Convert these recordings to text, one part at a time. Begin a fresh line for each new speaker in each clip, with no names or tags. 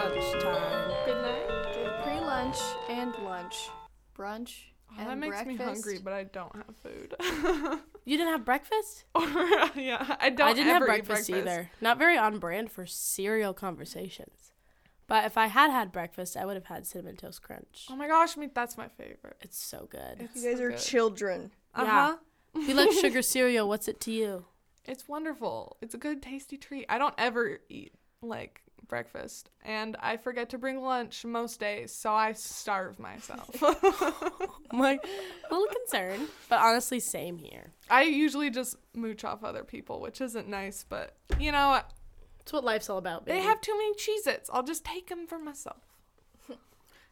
time.
Good night.
Pre lunch and lunch. Brunch
Oh,
and
that makes
breakfast.
me hungry, but I don't have food.
You didn't have breakfast?
or yeah, I don't.
I didn't have
ever eat
breakfast, either. Not very on brand for cereal conversations. But if I had had breakfast, I would have had cinnamon toast crunch.
Oh my gosh, me that's my favorite.
It's so good.
It's
You guys
so
are
good.
children.
Uh
Yeah.
huh.
If you like sugar cereal, what's it to you?
It's wonderful. It's a good tasty treat. I don't ever eat like breakfast, and I forget to bring lunch most days, so I starve myself.
I'm like, a little concerned, but honestly, same here.
I usually just mooch off other people, which isn't nice, but you know
It's what life's all about. Baby.
they have too many Cheez-Its. I'll just take them for myself.
If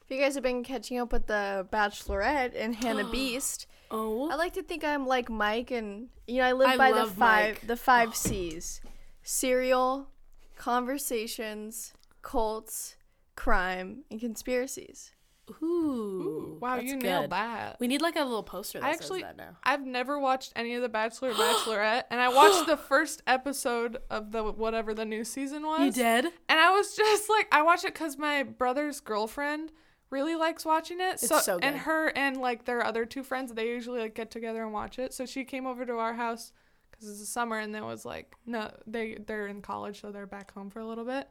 you guys have been catching up with The Bachelorette and Hannah Beast,
oh,
I like to think I'm like Mike, and you know I live
I
by the
love
five
Mike.
the five C's: cereal, conversations, cults, crime, and conspiracies.
ooh,
Ooh, wow,
that's
you
good.
nailed that.
We need like a little poster that
I
says
actually-
that now.
I've never watched any of The Bachelor or Bachelorette, and I watched the first episode of the whatever the new season was.
You did?
And I was just like, I watched it because my brother's girlfriend really likes watching it.
It's so good.
And her and like their other two friends, they usually like get together and watch it. So she came over to our house because it's the summer, and there was like no, they they're in college, so they're back home for a little bit.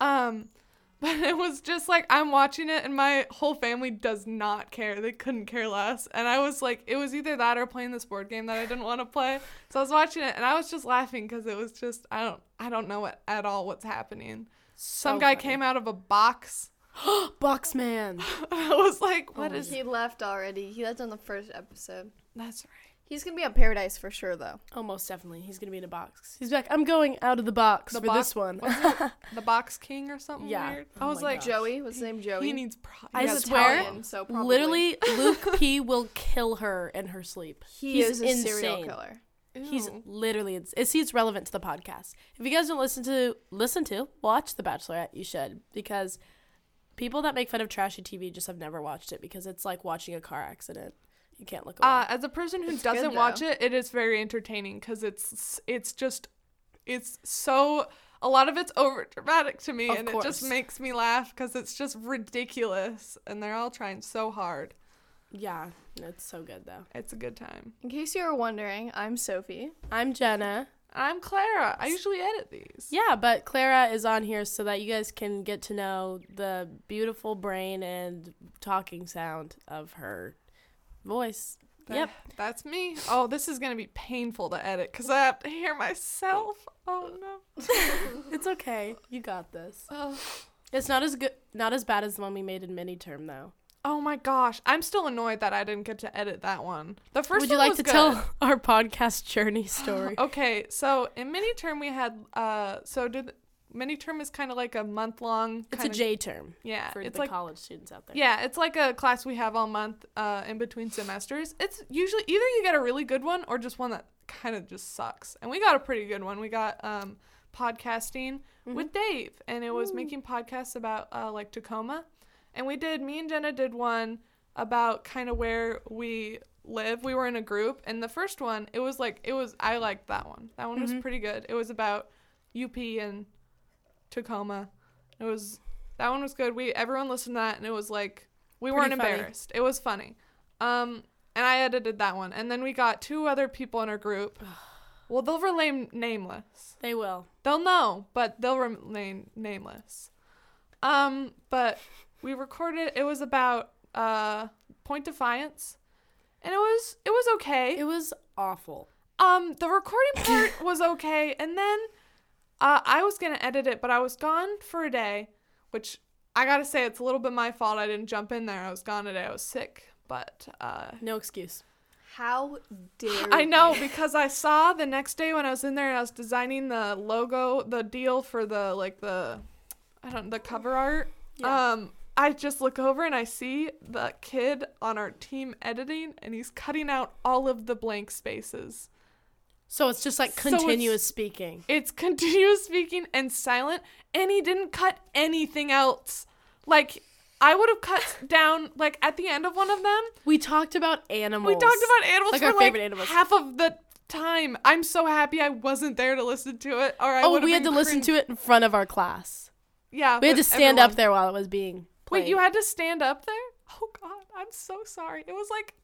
Um, but it was just like I'm watching it, and my whole family does not care. They couldn't care less. And I was like, it was either that or playing this board game that I didn't want to play. So I was watching it, and I was just laughing because it was just I don't I don't know what at all what's happening. Some
Oh
guy came out of a box.
Boxman.
I was like, what
Oh.
is?
He left already. He left on the first episode.
That's right.
He's gonna be on Paradise for sure, though.
Almost definitely. He's gonna be in a box. He's like, I'm going out of the box
The
for
box-
this one.
what's it? the box king or something
Yeah.
weird.
Oh
I was
my
like,
gosh.
Joey was his name Joey.
he needs. Pro-
I
he has
swear-
problems.
so probably.
Literally, Luke P will kill her in her sleep.
he
He's
is a serial
insane.
killer.
He's
Ew.
literally ins- it's, he's relevant to the podcast. If you guys don't listen to listen to watch The Bachelorette, you should because people that make fun of trashy TV just have never watched it because it's like watching a car accident. You can't look away.
Uh, as a person who
It's good,
doesn't watch it, it is very entertaining because it's it's just it's so a lot of it's over dramatic to me,
Of
and it
course.
just makes me laugh because it's just ridiculous, and they're all trying so hard.
yeah, it's so good though.
It's a good time.
In case you were wondering, I'm Sophie.
I'm Jenna.
I'm Clara. I usually edit these.
Yeah, but Clara is on here so that you guys can get to know the beautiful brain and talking sound of her voice.
That-
Yep.
That's me. Oh, this is going to be painful to edit because I have to hear myself. Oh, no.
It's okay. You got this.
Oh.
It's not as good not as bad as the one we made in mini term though.
Oh, my gosh. I'm still annoyed that I didn't get to edit that one. The first
Would you
one
like
was
to
good.
tell our podcast journey story?
Okay, so in mini term we had uh so did mini term is kind of like a month long
it's a J term
Yeah,
for
Uh, it's
the
like
college students out there.
yeah, it's like a class we have all month uh in between semesters. It's usually either you get a really good one or just one that kind of just sucks. And we got a pretty good one. We got um podcasting with Dave and it was making podcasts about uh like Tacoma. And we did me and Jenna did one about kind of where we live. We were in a group, and the first one, it was like it was. I liked that one. That one was pretty good. It was about UP and Tacoma. It was that one was good. We everyone listened to that, and it was like we
Pretty
weren't
funny.
embarrassed. It was funny. Um, and I edited that one, and then we got two other people in our group. well, they'll remain nameless.
They will.
They'll know, but they'll remain nameless. Um, but we recorded. It was about uh Point Defiance, and it was it was okay.
It was awful.
Um, the recording part was okay, and then uh, I was gonna edit it, but I was gone for a day, which I gotta say it's a little bit my fault. I didn't jump in there. I was gone today. I was sick, but uh,
No excuse.
How dare
I know because I saw the next day when I was in there and I was designing the logo, the deal for the like the I don't the cover art.
Yeah.
Um I just look over and I see the kid on our team editing and he's cutting out all of the blank spaces.
So it's just like
So it's-
continuous speaking.
It's continuous speaking and silent, and he didn't cut anything else. Like, I would have cut down, like, at the end of one of them,
We talked about animals.
we talked about animals
Like
for
our
like
favorite animals.
half of the time. I'm so happy I wasn't there to listen to it. Or I
Oh,
would've
we had to
been
listen
cringed.
to it in front of our class.
yeah.
We had to
with
stand
everyone.
up there while it was being played.
Wait, you had to stand up there? Oh God, I'm so sorry. It was like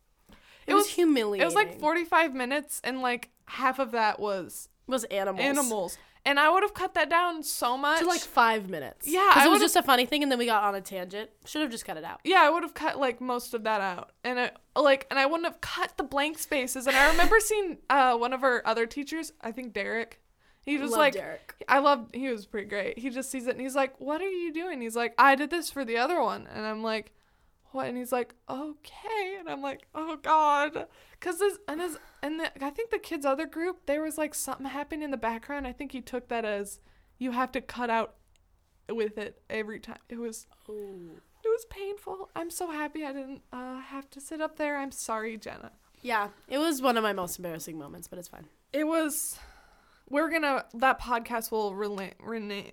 it, was,
was-
humiliating.
it was like 45 minutes, and like half of that was
It was animals.
animals, and I would have cut that down so much.
To like five minutes.
Yeah,
Because
I
it was
would've-
just a funny thing, and then we got on a tangent. Should have just cut it out.
yeah, I would have cut like most of that out, and I like, and I wouldn't have cut the blank spaces. And I remember seeing uh, one of our other teachers, I think Derek. He was
Love
like,
Derek.
I loved. He was pretty great. He just sees it and he's like, "What are you doing?" He's like, "I did this for the other one," and I'm like, "What?" And he's like, "Okay," and I'm like, "Oh God," because this and his and the, I think the kid's other group there was like something happening in the background. I think he took that as you have to cut out with it every time. It was it was painful. I'm so happy I didn't uh, have to sit up there. I'm sorry, Jenna.
Yeah, it was one of my most embarrassing moments, but it's fine.
It was. We're gonna. That podcast will rela- rena-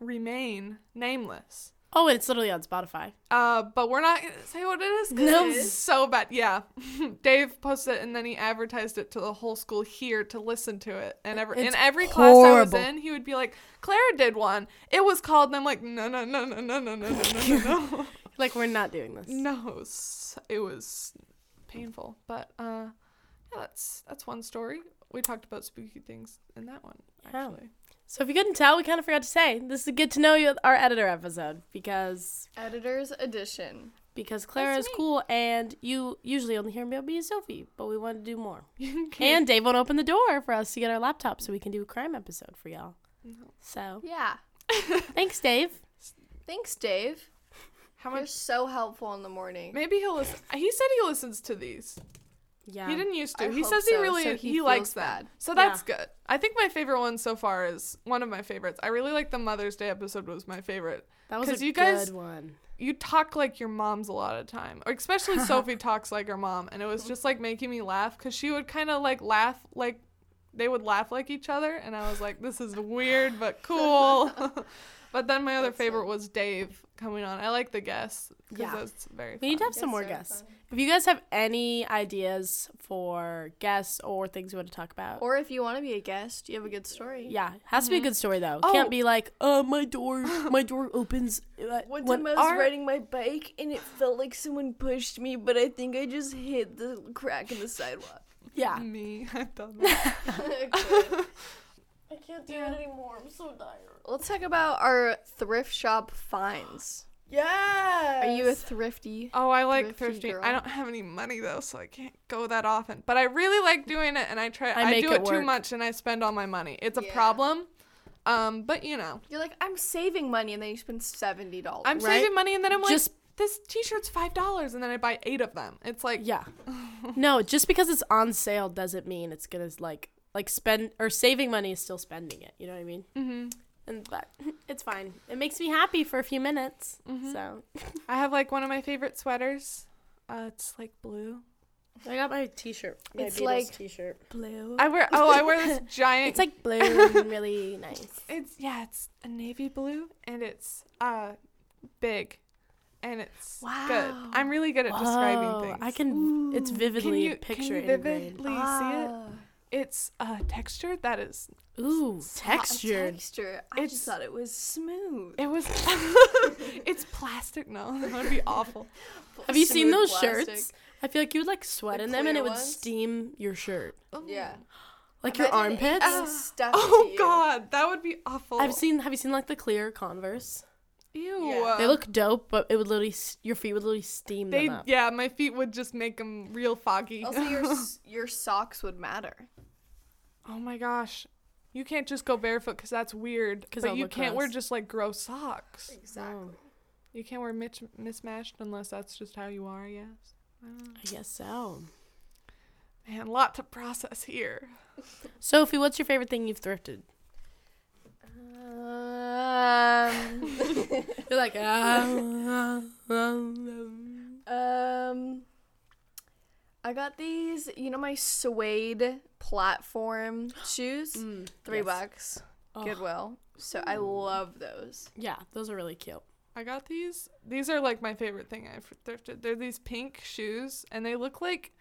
remain nameless.
Oh, and it's literally on Spotify.
Uh, but we're not gonna say what it is 'cause
No.
it's so bad. Yeah, Dave posted it and then he advertised it to the whole school here to listen to it. And every in
It's
every class I was
horrible.
in, he would be like, "Clara did one. It was called." And I'm like, "No, no, no, no, no, no, no, no, no, no, no."
Like we're not doing this.
No, it was, it was painful. But uh, yeah, that's that's one story. We talked about spooky things in that one
Yeah.
actually.
So if you couldn't tell, we kind of forgot to say this is a good to know you our editor episode because
Editor's edition.
because Clara is
me.
cool and you usually only hear me about me and Sophie, E, but we want to do more.
You can't.
And Dave won't open the door for us to get our laptop so we can do a crime episode for y'all. So
Yeah.
thanks, Dave.
Thanks, Dave.
How
You're
much?
so helpful in the morning.
Maybe he'll listen. He said he listens to these.
Yeah.
He didn't used to.
I
he
hope
says he
so,
really
so
he,
he
likes
feels
that.
bad.
So that's good. I think my favorite one so far is one of my favorites. I really like the Mother's Day episode was my favorite.
that was
'cause
a
you guys-
good one.
You talk like your mom's a lot of time, or especially Sophie talks like her mom, and it was just like making me laugh because she would kind of like laugh like they would laugh like each other, and I was like, this is weird but cool. but then my other favorite was Dave coming on. I like the guests because
Yeah.
that's very.
We need to
fun.
have some
That's
more
so
guests.
fun.
If you guys have any ideas for guests or Mm-hmm. things you want to talk about,
Or if you want to be a guest, you have a good story.
yeah, has to be a good story though.
Oh.
Can't be like, uh, my door, my door opens. uh,
One
when
time I was
our-
riding my bike and it felt like someone pushed me, but I think I just hit the crack in the sidewalk.
Yeah,
Me, I've done that.
I can't do it anymore. I'm so tired.
Let's talk about our thrift shop finds.
Yeah.
Are you a thrifty?
Oh, I like
Thrifty
thrifting. I
girl.
don't have any money though, so I can't go that often. But I really like doing it, and I try.
I
I,
make
do
it
it, too
work.
much, and I spend all my money. It's a
Yeah.
problem. Um, but you know,
You're like, I'm saving money, and then you spend seventy dollars.
I'm
Right?
saving money, and then I'm like,
Just-
this T-shirt's five dollars, and then I buy eight of them. It's like,
Yeah. no, just because it's on sale doesn't mean it's gonna like like spend or saving money is still spending it. You know what I mean?
hmm
And but it's fine. It makes me happy for a few minutes.
Mm-hmm.
So
I have like one of my favorite sweaters. Uh, it's like blue.
I got my T-shirt.
my It's Beatles like-
T-shirt.
blue.
I wear. Oh, I wear this giant.
It's like blue and really nice.
It's yeah, it's a navy blue and it's uh big and it's good.
Wow.
I'm really good at describing
Whoa,
things.
I can. It's
Ooh.
can
vividly
you,
picture
can you
ingrained.
vividly
Ah.
see it?
Ah.
It's uh textured that is
Ooh, textured.
Texture. I
It's-
just thought it was smooth.
it was it's plastic. No, that would be awful.
Have you seen
Smooth
those
plastic.
shirts? I feel like you would like sweat
The
in them and
clear
it would
ones?
steam your shirt,
Oh.
Yeah.
like your
Imagine it
armpits.
being stuffed
Oh
to you.
god, that would be awful.
I've seen. Have you seen like the clear Converse?
Ew.
Yeah.
They look dope, but it would literally s- your feet would literally steam
Um, They
them up. Oh,
yeah, my feet would just make them real foggy.
Also, your s- your socks would matter.
Oh my gosh. You can't just go barefoot because that's weird.
'Cause
but
I'll
you
look
can't wear
gross.
just like gross socks.
Exactly.
You can't wear mitch- mismatched unless that's just how you are, I guess. I don't know.
I guess so.
Man, lot to process here.
Sophie, what's your favorite thing you've thrifted?
Um.
You're like, ah,
ah.
um,
Um, I got these. You know my suede platform shoes. Three
Mm, yes. Mm.
bucks.
Oh.
Goodwill. So I love those.
Yeah, those are really cute.
I got these. These are like my favorite thing I've thrifted. They're these pink shoes, and they look like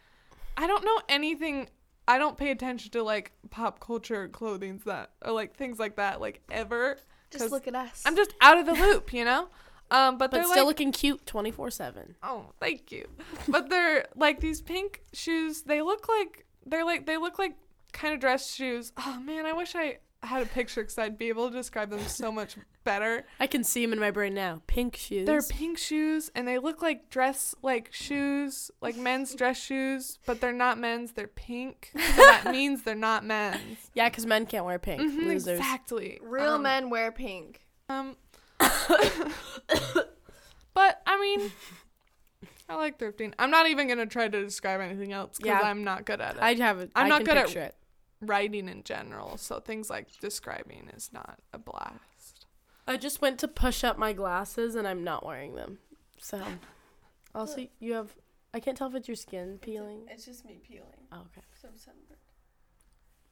I don't know anything. I don't pay attention to like pop culture clothings that or like things like that like ever.
Just
'Cause
look at us.
I'm just out of the loop, you know? Um,
But
but, they're
still
like,
looking cute 24 7.
Oh, thank you. But they're like these pink shoes. They look like they're like they look like kind of dress shoes. Oh man, I wish I had a picture because I'd be able to describe them so much better.
I can see them in my brain now. Pink shoes.
They're pink shoes and they look like dress like shoes, like men's dress shoes, but they're not men's. They're pink. So that means they're not men's.
yeah, because men can't wear pink.
Mhm,
Losers.
exactly.
Real
Um,
men wear pink.
Um, but I mean, I like thrifting. I'm not even gonna try to describe anything else because
Yeah.
I'm not good at it.
I have it.
I'm
i
not
can
good at-
picture it.
Writing in general, so things like describing is not a blast.
I just went to push up my glasses and I'm not wearing them. So, also, you have. I can't tell if it's your skin peeling.
It's just me peeling.
Oh, okay.
Some sunburn.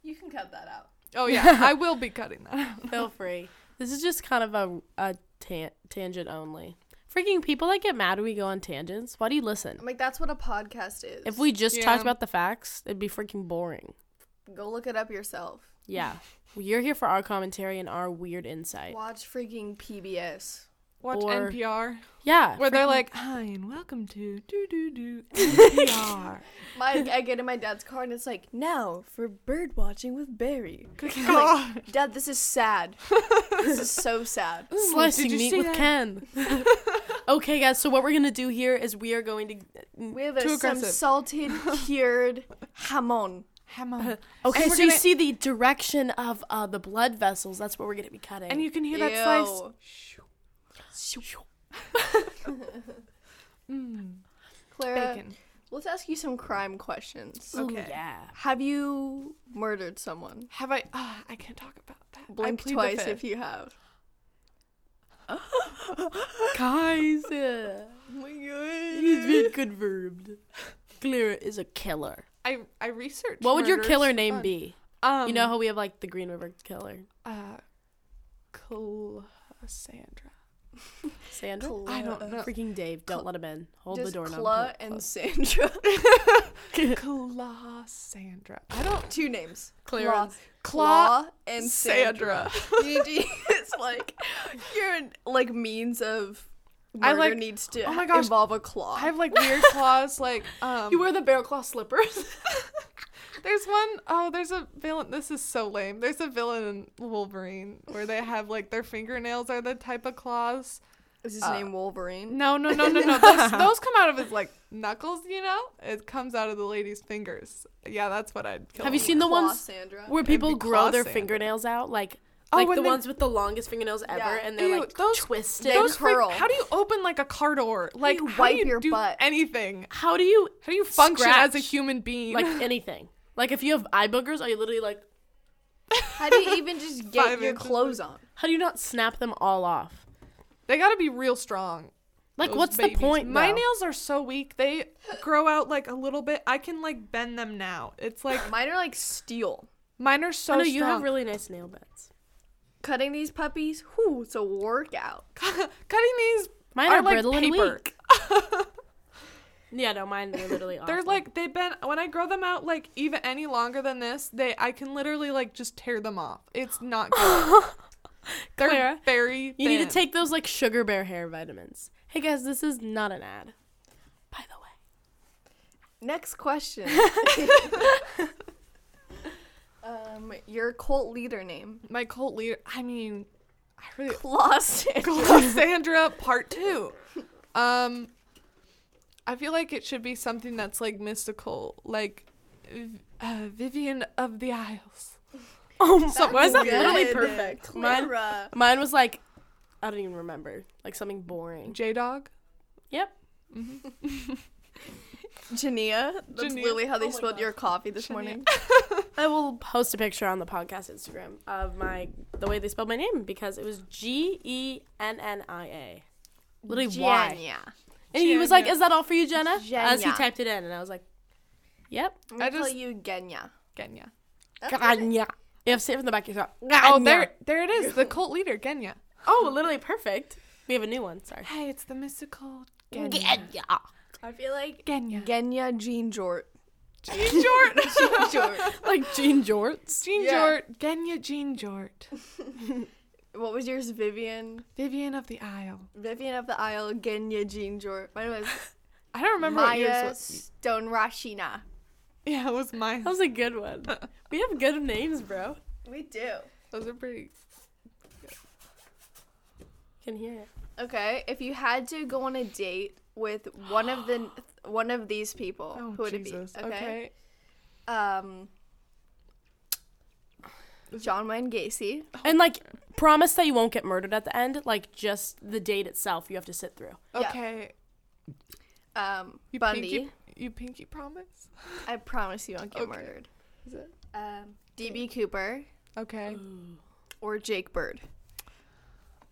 You can cut that out.
Oh yeah, I will be cutting that. out.
Feel free. This is just kind of a, a tan- tangent only. Freaking people that get mad when we go on tangents. Why do you listen?
I'm like, that's what a podcast is.
If we just
Yeah.
talked about the facts, it'd be freaking boring.
go look it up yourself,
Yeah. You're here for our commentary and our weird insight.
watch freaking PBS.
Watch
Or-
NPR
Yeah.
where they're
freaking-
like, "Hi and welcome to do do do NPR."
My, I get in my dad's car and it's like, now for bird watching with Barry.
Good
I'm
God.
like, Dad, this is sad. this is so sad.
Ooh, did
slicing
you
meat
see
with
that?
Ken. okay, guys. So what we're gonna do here is we are going to.
We have a,
Too
some
aggressive.
salted cured hamon.
Ham on.
Okay,
And we're
so you
gonna-
see the direction of uh, the blood vessels. That's what we're gonna be cutting.
and you can hear that slice.
Ew.
Mm,
Clara,
bacon.
let's ask you some crime questions.
Ooh,
okay.
yeah.
Have you murdered someone?
Have I? ah, I can't talk about that.
Blink twice if you have.
Guys, Oh he's been confirmed. Clara is a killer.
I I researched.
What would your
murders
killer
for
name
fun.
be?
Um,
you know how we have like the Green River Killer,
uh, Cassandra.
Sandra.
I don't know.
Freaking Dave, don't let him in. Hold the
Just
door.
Cla and Sandra.
Cassandra. I don't.
Two names.
Clara
Cla,
and-
Cla
And
and Sandra.
Sandra.
you need to use like your like means of
I
murder
like-
needs to
oh my gosh,
involve a claw.
I have like weird claws. Like um,
wear the bear claw slippers.
there's one oh, there's a villain. This is so lame. There's a villain in Wolverine where they have like their fingernails are the type of claws.
Is his
uh,
name Wolverine?
No, no, no, no, no. Those, those come out of his like knuckles. You know, it comes out of the lady's fingers. Yeah, that's what I'd kill.
Have you
him
seen the
Claw
ones
Sandra.
where
It'd be
people
claw
grow their
sand.
fingernails out, like
Oh,
like
when
the
they-
ones with the longest fingernails ever,
Yeah.
and they're
Ew,
like
those-
twisted?
those-
Those freak-
curl.
how do you open like a car door? Like
You
how
wipe
do you
your
do
butt.
anything?
how do you
How do you function as a
Scratch.
human being?
like anything? Like if you have eye boogers, are you literally like?
How do you even just get
Five
your
inches.
clothes on?
How do you not snap them all off?
they gotta be real strong.
Like,
those
what's
babies.
the point?
My
though?
nails are so weak. They grow out like a little bit. I can like bend them now. It's like
Mine are like steel.
mine are so
I know
strong.
you have really nice nail beds.
Cutting these puppies, whew, it's a workout.
cutting these.
Mine
are,
are
like
brittle and
paper.
weak. Yeah, no, mine are literally.
They're
awful.
like they bend when I grow them out like even any longer than this. They I can literally like just tear them off. It's not good. They're
Clara,
very.
You need to
thin.
take those like sugar bear hair vitamins. Hey guys, this is not an ad. By the way.
Next question. um, your cult leader name.
my cult leader. I mean, I really
Claw Sandra.
Cassandra Part Two. Um, I feel like it should be something that's like mystical, like v- uh, Vivian of the Isles.
Oh my so, Why is that
Good,
literally perfect? Mine,
Clara.
mine was like, I don't even remember. Like something boring.
J Dog.
Yep.
Jania. That's
Jania.
literally how they
Oh my
spilled
gosh.
your coffee this morning.
I will post a picture on the podcast Instagram of my the way they spelled my name because it was G E N N I A. Literally Y.
Jania.
And he was like,
Janya.
"Is that all for you, Jenna?" As he
Janya.
typed it in, and I was like, "Yep."
I'm
I
gonna call
just-
you Genya.
Genya.
Ganya. You have to say it from the back of your throat.
Oh,
Ganya.
there, there it is. The cult leader, Genya.
Oh, literally perfect. We have a new one. Sorry.
Hey, it's the mystical Genya.
Ganya.
I feel like
Genya.
Genya Jean Jort.
Jean Jort.
Jort.
Like jean jorts.
Jean
Yeah.
Jort. Genya Jean Jort.
What was yours, Vivian?
Vivian of the Isle.
Vivian of the Isle, Genya Jean Jor. Mine was
I don't remember what yours
Maya
was.
Stone Rashina.
Yeah, it was mine.
That was a good one. we have good names, bro.
We do.
Those are pretty.
Can hear it.
Okay, if you had to go on a date with one of the one of these people,
Oh,
who would
Jesus.
it be? Okay.
Okay.
Um
Is it-
John Wayne Gacy.
And like, promise that you won't get murdered at the end. Like, just the date itself, you have to sit through.
Yeah.
Okay.
Um
You
Bundy.
Pinky, you pinky promise?
I promise you won't get
Okay.
murdered.
Is it?
Um DB Cooper
Okay.
or Jake Bird.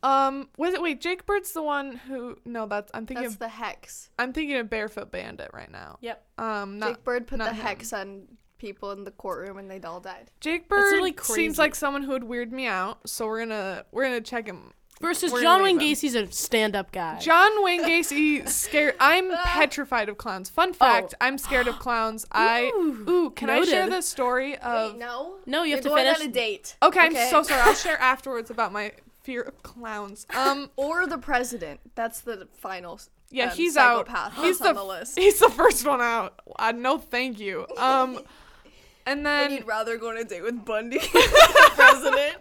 Um, was it? Wait, Jake Bird's the one who? No, that's I'm thinking.
That's
of,
the hex.
I'm thinking of Barefoot Bandit right now.
Yep.
Um, not
Jake Bird put the
not him.
hex on people in the courtroom and they'd all died.
Jake
That's
Bird
really
seems
crazy.
like someone who would weird me out, so we're gonna we're gonna check him.
Versus
We're
John
gonna
Wayne
leave
Gacy's a stand-up guy.
John Wayne Gacy scared. I'm
Ah.
petrified of clowns. Fun fact:
Oh.
I'm scared of clowns. I
Ooh,
ooh, can I share
noted.
the story of?
Wait, no.
no, you
You're
have to
going
finish.
on a date.
okay, I'm so sorry. I'll share afterwards about my fear of clowns. Um,
Or the president. That's the final.
yeah,
um,
he's out.
psychopath
He's
that's
the,
on the list.
he's the first one out. Uh, no, thank you. Um, and
And
then
you'd rather go on a date with Bundy, than the president.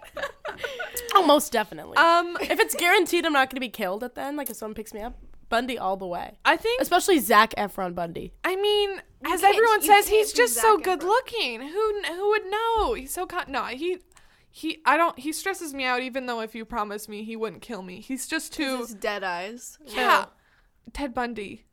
Oh, most definitely.
um,
if it's guaranteed I'm not going to be killed at the end, like if someone picks me up, Bundy all the way.
I think
Especially Zach Efron Bundy.
I mean, as
can't-
everyone
you
says,
can't
he's
do
just so
Zac Efron.
good looking. Who kn- who would know? He's so con- no. He he. I don't. He stresses me out. Even though if you promised me, he wouldn't kill me. He's just too.
His dead eyes.
Yeah. Ted Bundy.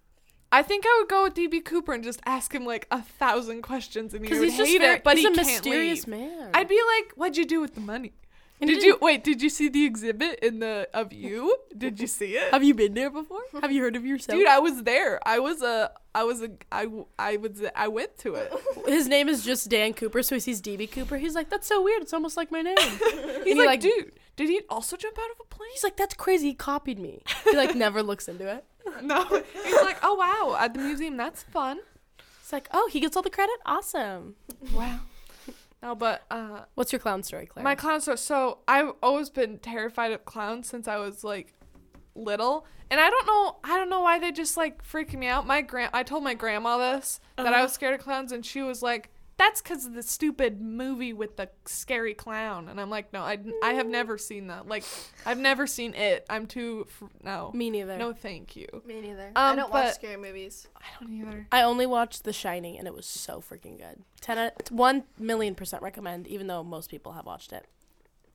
I think I would go with DB Cooper and just ask him like a thousand questions, and he
Because
would
he's just
hate
very,
it. But
he's
he
a
can't
mysterious
leave.
man.
I'd be like, "What'd you do with the money?
And he
did you
didn't-
wait? Did you see the exhibit in the of you? Did you see it?
Have you been there before? Have you heard of yourself?
Dude, I was there. I was a. I was a. I. w- I was. I went to it.
His name is just Dan Cooper, so he sees DB Cooper. He's like, that's so weird. It's almost like my name.
He's
And
like,
he, like-
dude, did he also jump out of a plane?
He's like, that's crazy. He copied me. He like never looks into it.
no. He's like, oh wow, at the museum, that's fun.
It's like, oh, he gets all the credit. Awesome.
Wow. No, but uh,
What's your clown story, Claire?
my clown story. So I've always been terrified of clowns since I was like little, and I don't know. I don't know why they just like freak me out. My grand. I told my grandma this that
Uh-huh.
I was scared of clowns, and she was like. That's because of the stupid movie with the scary clown, and I'm like, no, I,
Mm.
I have never seen that. Like, I've never seen it. I'm too fr- no,
me neither.
no, thank you.
Me neither. I
Um,
don't
but-
watch scary movies.
I don't either.
I only watched The Shining, and it was so freaking good. Ten out, one million percent recommend, even though most people have watched it.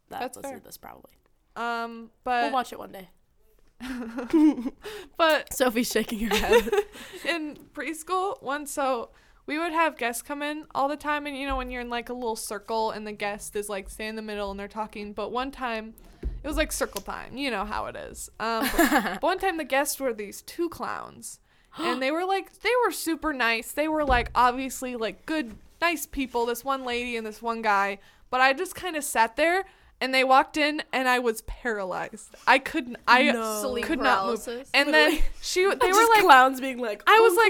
That
That's
listen
fair.
to this probably.
Um, but
we'll watch it one day.
but
Sophie's shaking her head.
in preschool, once so we would have guests come in all the time, and you know when you're in like a little circle, and the guest is like stay in the middle and they're talking. But one time, it was like circle time. You know how it is. Um, but one time the guests were these two clowns, and they were like they were super nice. They were like obviously like good nice people. This one lady and this one guy. But I just kind of sat there. And they walked in, and I was paralyzed. I couldn't. I
No.
Sleep
could not move.
paralysis.
And then she, they
They
were like,
clowns being like,
I was like-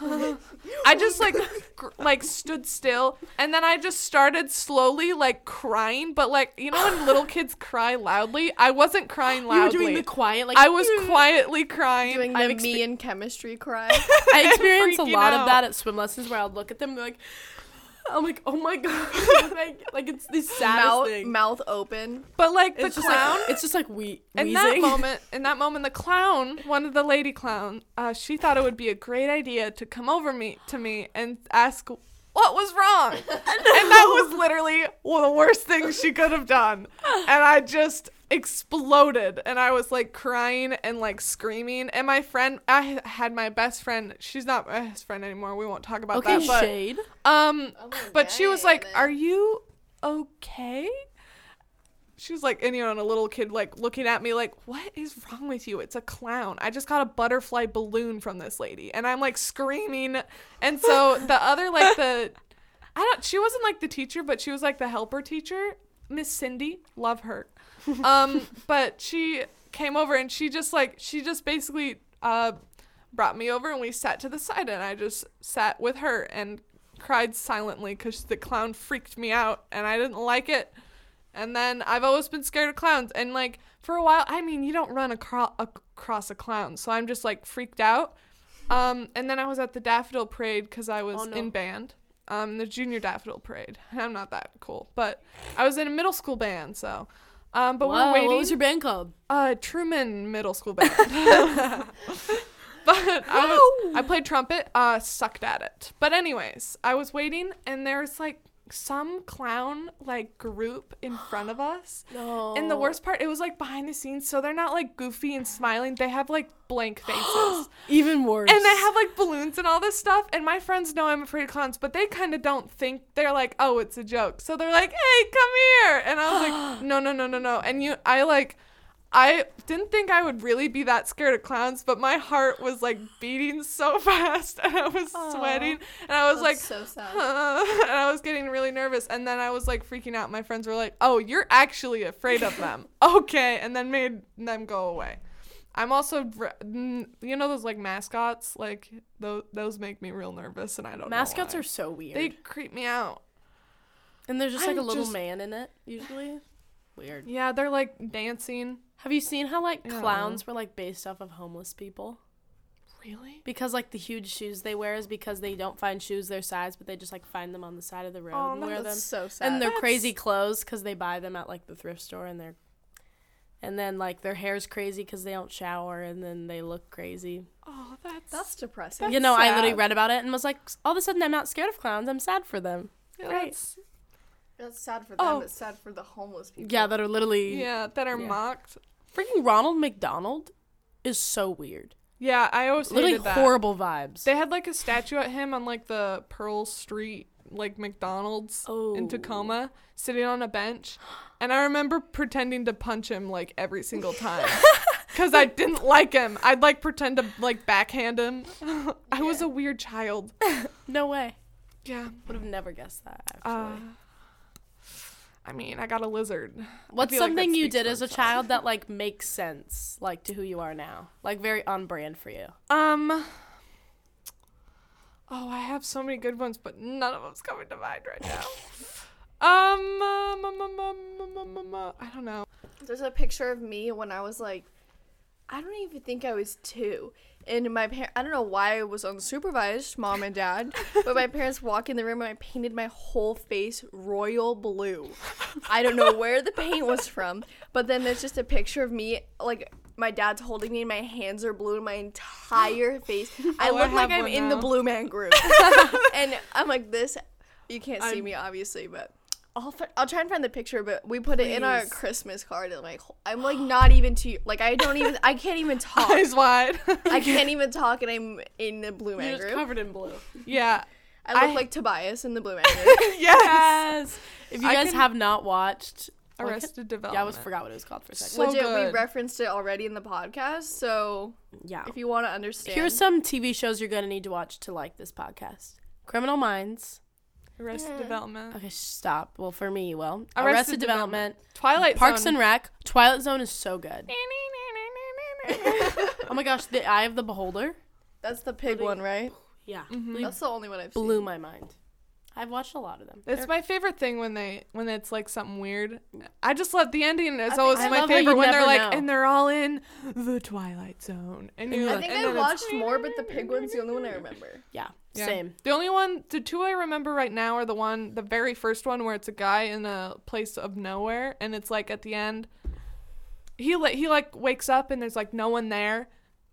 "Honk, honk."
I just like gr- like stood still and then I just started slowly like crying but like you know when little kids cry loudly I wasn't crying
you were
loudly
doing the quiet. Like
I was quietly crying
Doing the
I've expe-
me in chemistry cry.
I experience a
freaking
lot
out.
of that at swim lessons where I'll look at them and they're like, I'm like, oh my god, like, like it's the saddest
mouth,
thing.
mouth open.
but like the
it's just
clown
like it's just like we.
in that moment in that moment the clown one of the lady clown uh, she thought it would be a great idea to come over me to me and ask what was wrong and that was literally well, the worst thing she could have done and i just exploded and i was like crying and like screaming and my friend i had my best friend she's not my best friend anymore we won't talk about
Okay,
that but
shade.
um,
Oh my
but she was like,
God.
"Are you okay?" She was like, and you know, and a little kid like looking at me like, "What is wrong with you? It's a clown. I just got a butterfly balloon from this lady," and I'm like screaming. And so the other like the, I don't. She wasn't like the teacher, but she was like the helper teacher, Miss Cindy. Love her. Um, but she came over and she just like she just basically uh brought me over and we sat to the side and I just sat with her and cried silently because the clown freaked me out and I didn't like it. And then I've always been scared of clowns. And like for a while, I mean, you don't run acro- across a clown, so I'm just like freaked out. Um, and then I was at the daffodil parade because I was
Oh, no.
in band, um, the junior daffodil parade. I'm not that cool, but I was in a middle school band, so. Um, but
Wow,
we're waiting
What was your band called?
uh Truman Middle School Band. but I, was- I played trumpet, uh sucked at it. But anyways, I was waiting and there's like some clown like group in front of us.
No.
And the worst part, it was like behind the scenes, so they're not like goofy and smiling. They have like blank faces.
Even worse.
and they have like balloons and all this stuff. And my friends know I'm afraid of clowns, but they kind of don't think they're like, oh, it's a joke. So they're like, hey, come here. And I was like, no, no, no, no, no. And you, I like, I didn't think I would really be that scared of clowns, but my heart was like beating so fast and I was sweating and I was like,
so sad.
"Huh," and I was getting really nervous. And then I was like freaking out. My friends were like, oh, you're actually afraid of them. okay. And then made them go away. I'm also, ver- n- you know, those like mascots, like those, those make me real nervous, and I don't.
mascots
know
are so weird.
They creep me out.
and there's just like
I'm
a little
just-
man in it usually. Weird.
Yeah, they're like dancing.
Have you seen how like
Yeah.
clowns were like based off of homeless people?
Really?
Because like the huge shoes they wear is because they don't find shoes their size, but they just like find them on the side of the road
Aw,
and wear them.
That's so sad.
And their
That's-
crazy clothes because they buy them at like the thrift store and they're. And then like their hair's crazy because they don't shower and then they look crazy.
Oh, that's
that's depressing.
you know, I literally
sad.
read about it and was like, all of a sudden I'm not scared of clowns. I'm sad for them.
yeah,
great.
that's-
That's sad for them.
Oh.
It's sad for the homeless people.
Yeah, that are literally
yeah, that are
Yeah.
mocked.
freaking Ronald McDonald is so weird.
Yeah, I always
Literally
hated that.
horrible vibes.
They had like a statue at him on like the Pearl Street, like McDonald's
Oh.
in Tacoma, sitting on a bench. And I remember pretending to punch him like every single time. Cause I didn't like him. I'd like pretend to like backhand him. I was a weird child.
no way.
Yeah.
Would have never guessed that. Actually.
Uh, I mean, I got a lizard.
What's
feel like that
something you
speaks
did
for
as a
itself.
child that like makes sense, like to who you are now, like very on brand for you?
Um. Oh, I have so many good ones, but none of them's coming to mind right now. Um, um, um, um, um, um, um, um, I don't know.
There's a picture of me when I was like, I don't even think I was two. And my parents, I don't know why I was unsupervised, mom and dad, but my parents walked in the room and I painted my whole face royal blue. I don't know where the paint was from, but then there's just a picture of me, like, my dad's holding me and my hands are blue and my entire face. I
Oh, I
look
have
like I'm
one
in the
now.
Blue Man Group. and I'm like, this, you can't see
I'm-
me, obviously, but. I'll, fi- I'll try and find the picture, but we put it in our
Please.
Christmas card and like wh- I'm like not even to like I don't even I can't even talk.
Eyes wide.
I can't even talk and I'm in the blue man group.
covered in blue.
yeah.
I look
I-
like Tobias in the blue man group.
Yes.
Yes. If you
I
guys
can-
have not watched, Well, I can't-
Arrested Development.
yeah, I was forgot what it was called for a second.
So
Legit, we
good.
referenced it already in the podcast, so
Yeah.
if you want to understand,
Here's some TV shows you're gonna need to watch to like this podcast: Criminal Minds.
Arrested Development.
Okay, stop. Well, for me, well, Arrested,
Arrested
Development,
Twilight
Parks
Zone.
and Rec, Twilight Zone is so good. Oh my gosh, The Eye of the Beholder.
that's the pig one, right?
Yeah,
That's the only one I've
blew my mind. I've watched a lot of them.
It's my favorite thing when they when it's like something weird. I just love the ending is
think-
always
I
my
love how you
favorite when they're
never
like
know.
and they're all in the Twilight Zone and you're
seen. I
like
think
and
I
then it's-
watched more, but the pig one's the only one I remember.
Yeah,
Yeah.
same.
The only one, the two I remember right now are the one, the very first one where it's a guy in a place of nowhere, and it's like at the end, he like he like wakes up and there's like no one there,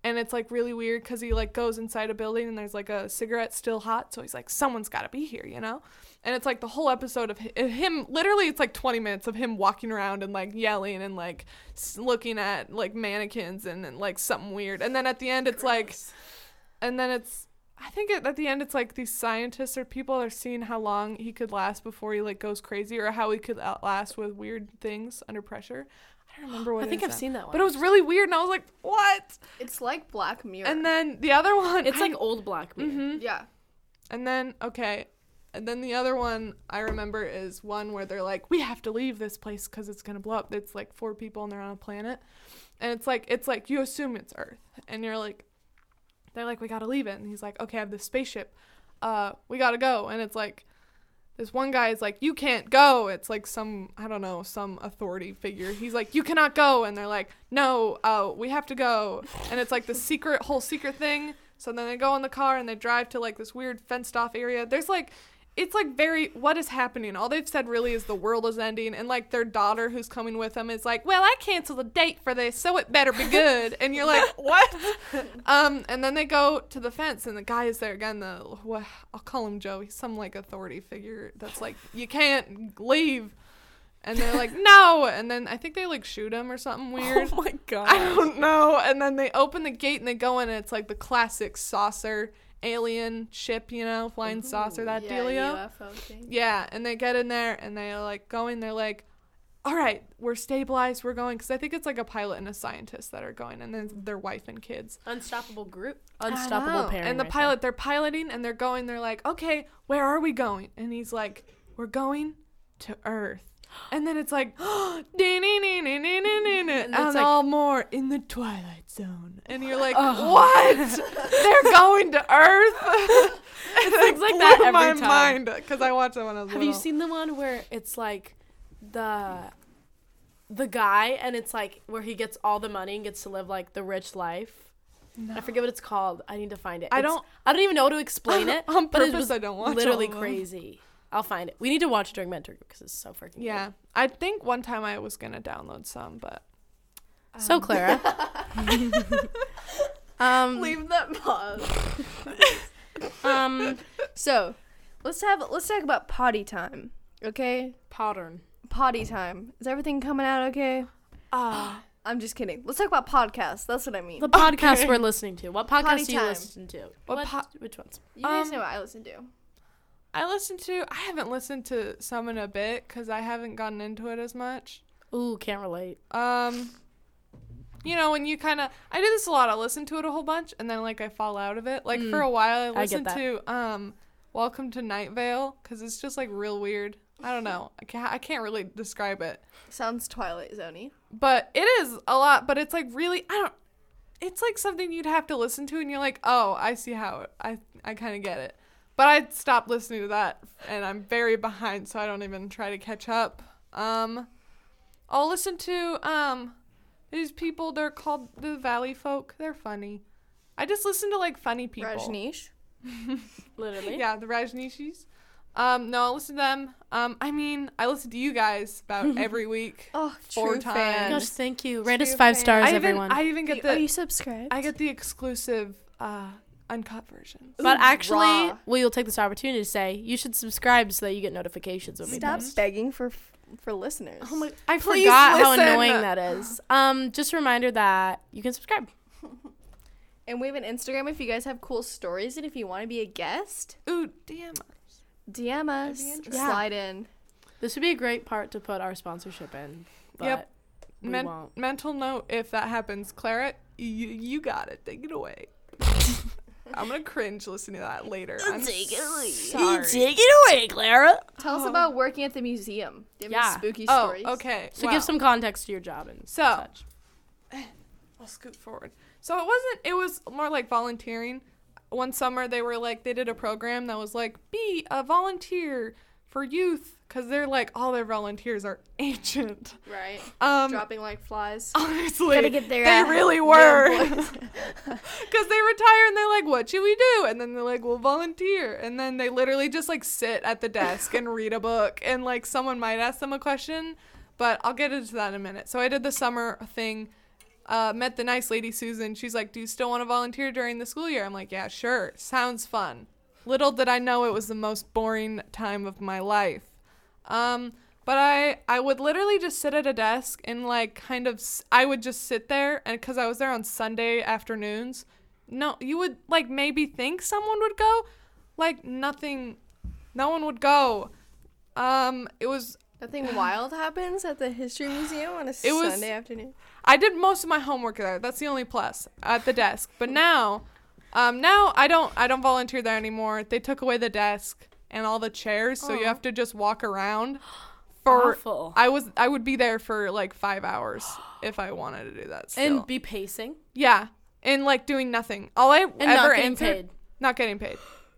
and it's like really weird because he like goes inside a building and there's like a cigarette still hot, so he's like someone's got to be here, you know, and it's like the whole episode of hi- of him literally it's like 20 minutes of him walking around and like yelling and like s- looking at like mannequins and, and like something weird, and then at the end it's like and then it's I think at, at the end it's like these scientists or people are seeing how long he could last before he like goes crazy or how he could outlast with weird things under pressure. I don't remember what
I
it
think
is
I've
now.
seen that one.
But it was really weird and I was like, "What?"
It's like Black Mirror.
And then the other one
it's
I-
like old Black
Mm-hmm.
Mirror.
yeah,
and then okay. And then the other one I remember is one where they're like, "We have to leave this place cuz it's going to blow up." It's like four people and they're on a planet. And it's like it's like you assume it's Earth and you're like they're like, "We got to leave it." And he's like, "Okay, I have this spaceship. Uh, we got to go." And it's like this one guy is like, "You can't go." It's like some I don't know some authority figure. He's like, "You cannot go," and they're like, "No, oh, we have to go." And it's like the secret whole secret thing. So then they go in the car and they drive to like this weird fenced off area. There's like. It's like very what is happening. All they've said really is the world is ending, and like their daughter who's coming with them is like, "Well, I canceled a date for this, so it better be good." And you're like, "What?" Um, and then they go to the fence, and the guy is there again. The wha- I'll call him Joe. He's some like authority figure that's like, you can't leave. And they're like, no. And then I think they like shoot him or something weird.
Oh my god.
I don't know. And then they open the gate and they go in, and it's like the classic saucer alien ship, you know, flying saucer that dealio.
UFO thing.
Yeah, and they get in there and they like going. They're like, "All right, we're stabilized. We're going." Because I think it's like a pilot and a scientist that are going, and then
Mm.
their wife and kids.
Unstoppable group.
I
Unstoppable
know.
parent.
And the
right
pilot, they're piloting and they're going, they're like, okay, where are we going? And he's like, we're going to Earth. And then it's like, and
it's
and
like-
all more in the Twilight Zone. And you're like,
Oh.
what? they're going to Earth? it
things like that
blew
every
my
time.
mind because I watched that when I was
Have
little.
you seen the one where it's like the the guy and it's like where he gets all the money and gets to live like the rich life? I forget what it's called. I need to find it.
I
It's-
don't-
I don't even know how to explain it.
On
but it
purpose,
was
I don't watch
literally
all of them.
crazy. I'll find it. We need to watch it during mentor because it's so freaking good.
Yeah. I think one time I was going to download some, but.
So Clara. um,
Leave that pause.
um
So, let's have let's talk about potty time. Okay,
pattern.
potty time. Is everything coming out okay?
Uh,
I'm just kidding. Let's talk about podcasts. That's what I mean.
The podcast we're listening to. What podcast
Potty
do you
time.
listen to?
What
What-
po-
which ones?
you guys
um,
know what I listen to.
I listened to. I haven't listened to some in a bit because I haven't gotten into it as much.
Ooh, can't relate.
Um, you know, when you kind of, I do this a lot. I listen to it a whole bunch, and then like I fall out of it. Like for
Mm.
a while, I
get
listened
that.
to um, "Welcome to Night Vale" because it's just like real weird. I don't know. I can't, I can't really describe it,
Sounds Twilight Zoney.
but it is a lot. But it's like really, I don't. It's like something you'd have to listen to, and you're like, oh, I see how it, I I kind of get it. But I stopped listening to that, and I'm very behind, so I don't even try to catch up. Um, I'll listen to um these people. They're called the Valley Folk. They're funny. I just listen to like funny people.
Rajneesh.
Literally.
Yeah, the Rajneeshis. Um, no, I listen to them. Um, I mean, I listen to you guys about every week.
Oh,
Four
true
times.
fan.
Gosh, thank you. Rate us
True
five
fan.
stars,
I even
everyone.
I even
You-
get
are
the
you subscribed?
I get the exclusive uh, uncut version.
But
Ooh,
actually,
raw.
we will take this opportunity to say you should subscribe so that you get notifications when
Stop
we post.
begging for for listeners. Oh my
I
Forgot how annoying that is. Um, just a reminder that you can subscribe.
And we have an Instagram if you guys have cool stories and if you want to be a guest,
Ooh, damn.
DM us.
interesting.
Yeah.
Slide in.
This would be a great part to put our sponsorship in. But
Yep.
We
Men-
won't.
mental note: If that happens, Clara, you, you got it. Take it away. I'm gonna cringe listening to that later. I'm sorry.
it away, Clara.
Tell us
Oh.
about working at the museum. Give me
Yeah.
spooky
Oh,
stories.
okay.
So
wow. Oh,
give some context to your job and
So,
such.
I'll scoot forward. So it wasn't. It was more like volunteering. One summer they were like they did a program that was like be a volunteer for youth because they're like all their volunteers are ancient.
Right.
Um,
Dropping like flies.
honestly,
Gotta get their,
they
uh,
really
their
were
voice.
because they retire and they're like, "What should we do?" And then they're like, "We'll volunteer." And then they literally just like sit at the desk and read a book, and like someone might ask them a question, but I'll get into that in a minute. So I did the summer thing. Uh, met the nice lady Susan. She's like, "Do you still want to volunteer during the school year?" I'm like, "Yeah, sure. Sounds fun." Little did I know it was the most boring time of my life. Um, but I I would literally just sit at a desk and like kind of s- I would just sit there and because I was there on Sunday afternoons. No, you would like maybe think someone would go, like nothing, no one would go. Um, it was
Nothing wild happens at the history museum on a
It was-
Sunday afternoon.
I did most of my homework there. That's the only plus at the desk. But now, um, now I don't I don't volunteer there anymore. They took away the desk and all the chairs, so you have to just walk around. For
Oh. Awful.
I was I would be there for like five hours if I wanted to do that. Still.
And be pacing.
yeah, and like doing nothing. All I
And
ever
not getting
answered-
paid.
Not getting paid.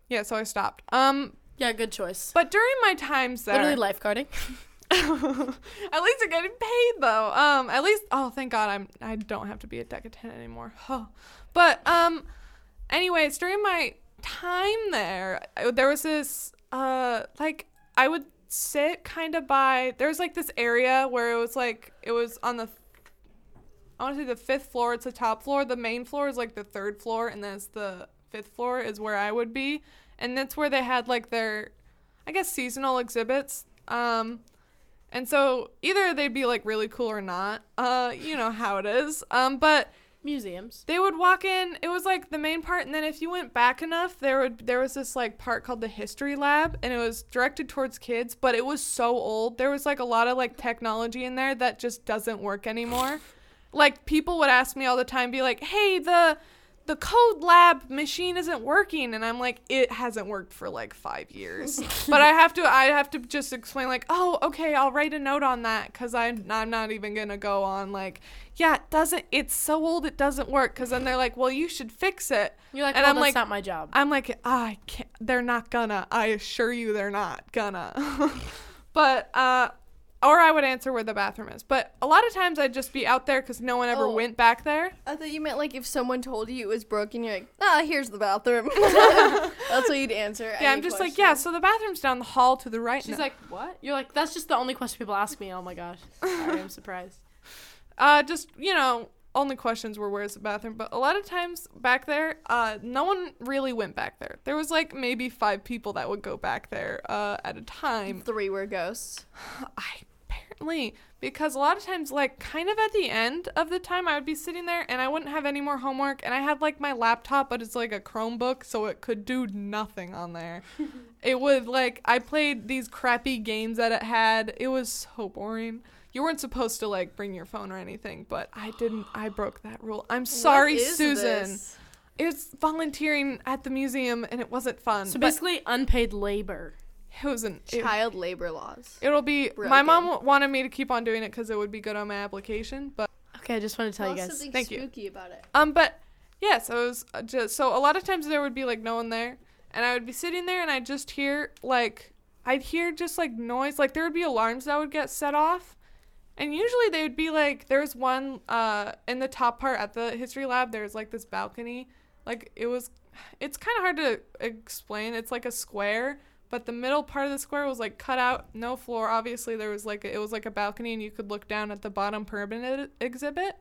Yeah, so I stopped. Um,
Yeah, good choice.
But during my times there,
Literally lifeguarding.
at least I'm getting paid though. Um, at least oh thank God I'm I don't have to be a deck attendant anymore. Huh. But um, anyways, during my time there, I- there was this uh like I would sit kind of by there was like this area where it was like it was on the I want to say the fifth floor. It's the top floor. The main floor is like the third floor, and then it's the fifth floor is where I would be, and that's where they had like their, I guess seasonal exhibits. Um, and so either they'd be like really cool or not. Uh, you know how it is. Um, but
Museums.
they would walk in. It was like the main part, and then if you went back enough, there would there was this like part called the history lab, and it was directed towards kids, but it was so old. There was like a lot of like technology in there that just doesn't work anymore. like people would ask me all the time, be like, "Hey, the." The code lab machine isn't working, and I'm like, it hasn't worked for like five years. but I have to, I have to just explain like, oh, okay, I'll write a note on that because I'm, I'm not even gonna go on like, yeah, it doesn't. It's so old, it doesn't work. Because then they're like, well, you should fix it.
You're like,
and
well,
I'm
that's
like,
not my job.
I'm like, "Ah, I can't. They're not gonna. I assure you, they're not gonna. but uh, or I would answer where the bathroom is. But a lot of times I'd just be out there because no one ever
Oh.
went back there.
I thought you meant like if someone told you it was broken, you're like, ah, here's the bathroom. That's what you'd answer.
Yeah, I'm just like, yeah. So the bathroom's down the hall to the right.
She's
now.
like, what? You're like, that's just the only question people ask me. Oh my gosh. Sorry, I'm surprised.
Uh, just you know, only questions were where's the bathroom. But a lot of times back there, uh, no one really went back there. There was like maybe five people that would go back there uh, at a time.
Three were ghosts.
I apparently because a lot of times like kind of at the end of the time I would be sitting there and I wouldn't have any more homework and I had like my laptop but it's like a Chromebook so it could do nothing on there. it would like I played these crappy games that it had. It was so boring. You weren't supposed to like bring your phone or anything, but I didn't. I broke that rule. I'm sorry,
What is
Susan.
this?
It's volunteering at the museum and it wasn't fun.
So
Um, but
basically, unpaid labor.
it was an it-
Child labor laws.
It'll be my mom
Broken.
w- wanted me to keep on doing it because it would be good on my application. But
Okay, I just want to tell you guys.
something
Thank you.
spooky about it.
um, but yeah, so it was uh, just so a lot of times there would be like no one there, and I would be sitting there and I'd just hear like I'd hear just like noise, like there would be alarms that would get set off, and usually they would be like there was one uh in the top part at the history lab there's like this balcony, like it was, it's kind of hard to explain. It's like a square. But the middle part of the square was like cut out, no floor. Obviously, there was like a, it was like a balcony, and you could look down at the bottom permanent exhibit.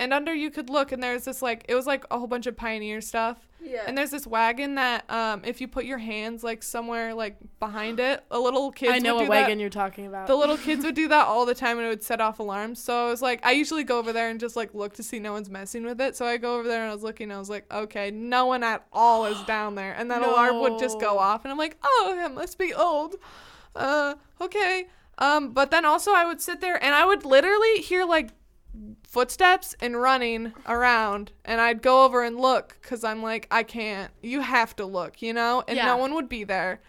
And under you could look, and there's this like it was like a whole bunch of pioneer stuff.
Yeah.
And there's this wagon that um, if you put your hands like somewhere like behind it, a little kid.
I know
would
what
do
wagon
That.
you're talking about.
The little kids would do that all the time, and it would set off alarms. So I was like, I usually go over there and just like look to see no one's messing with it. So I go over there and I was looking, and I was like, okay, no one at all is down there, and that alarm would just go
No.
off, and I'm like, oh, that must be old. Uh, okay. Um, but then also I would sit there and I would literally hear like footsteps and running around and I'd go over and look cuz I'm like I can't. You have to look, you know? And
Yeah.
no one would be there.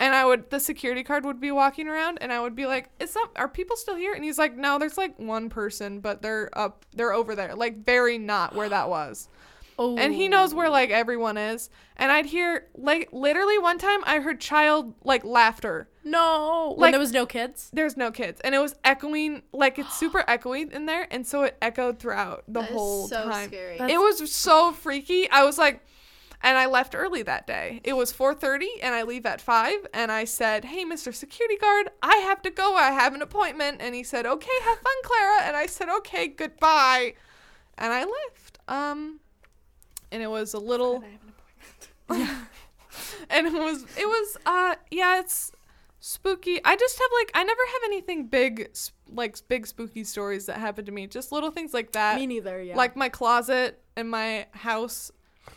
And I would the security guard would be walking around and I would be like, "Is that are people still here?" And he's like, "No, there's like one person, but they're up they're over there." Like very not where that was
oh.
and he knows where like everyone is. And I'd hear like literally one time I heard child like laughter.
No.
Like-
when there was no kids.
There's no kids, and it was echoing like it's super echoey in there, and so it echoed throughout the
That is
whole
so
time.
scary.
That's-
It was so freaky. I was like. And I left early that day. It was 4:30 and I leave at 5 and I said, "Hey, Mr. Security Guard, I have to go. I have an appointment." And he said, "Okay, have fun, Clara." And I said, "Okay, goodbye." And I left. Um and it was a little and it was it was uh yeah it's spooky i just have like i never have anything big sp- like big spooky stories that happen to me just little things like that
Me neither. Yeah.
like my closet and my house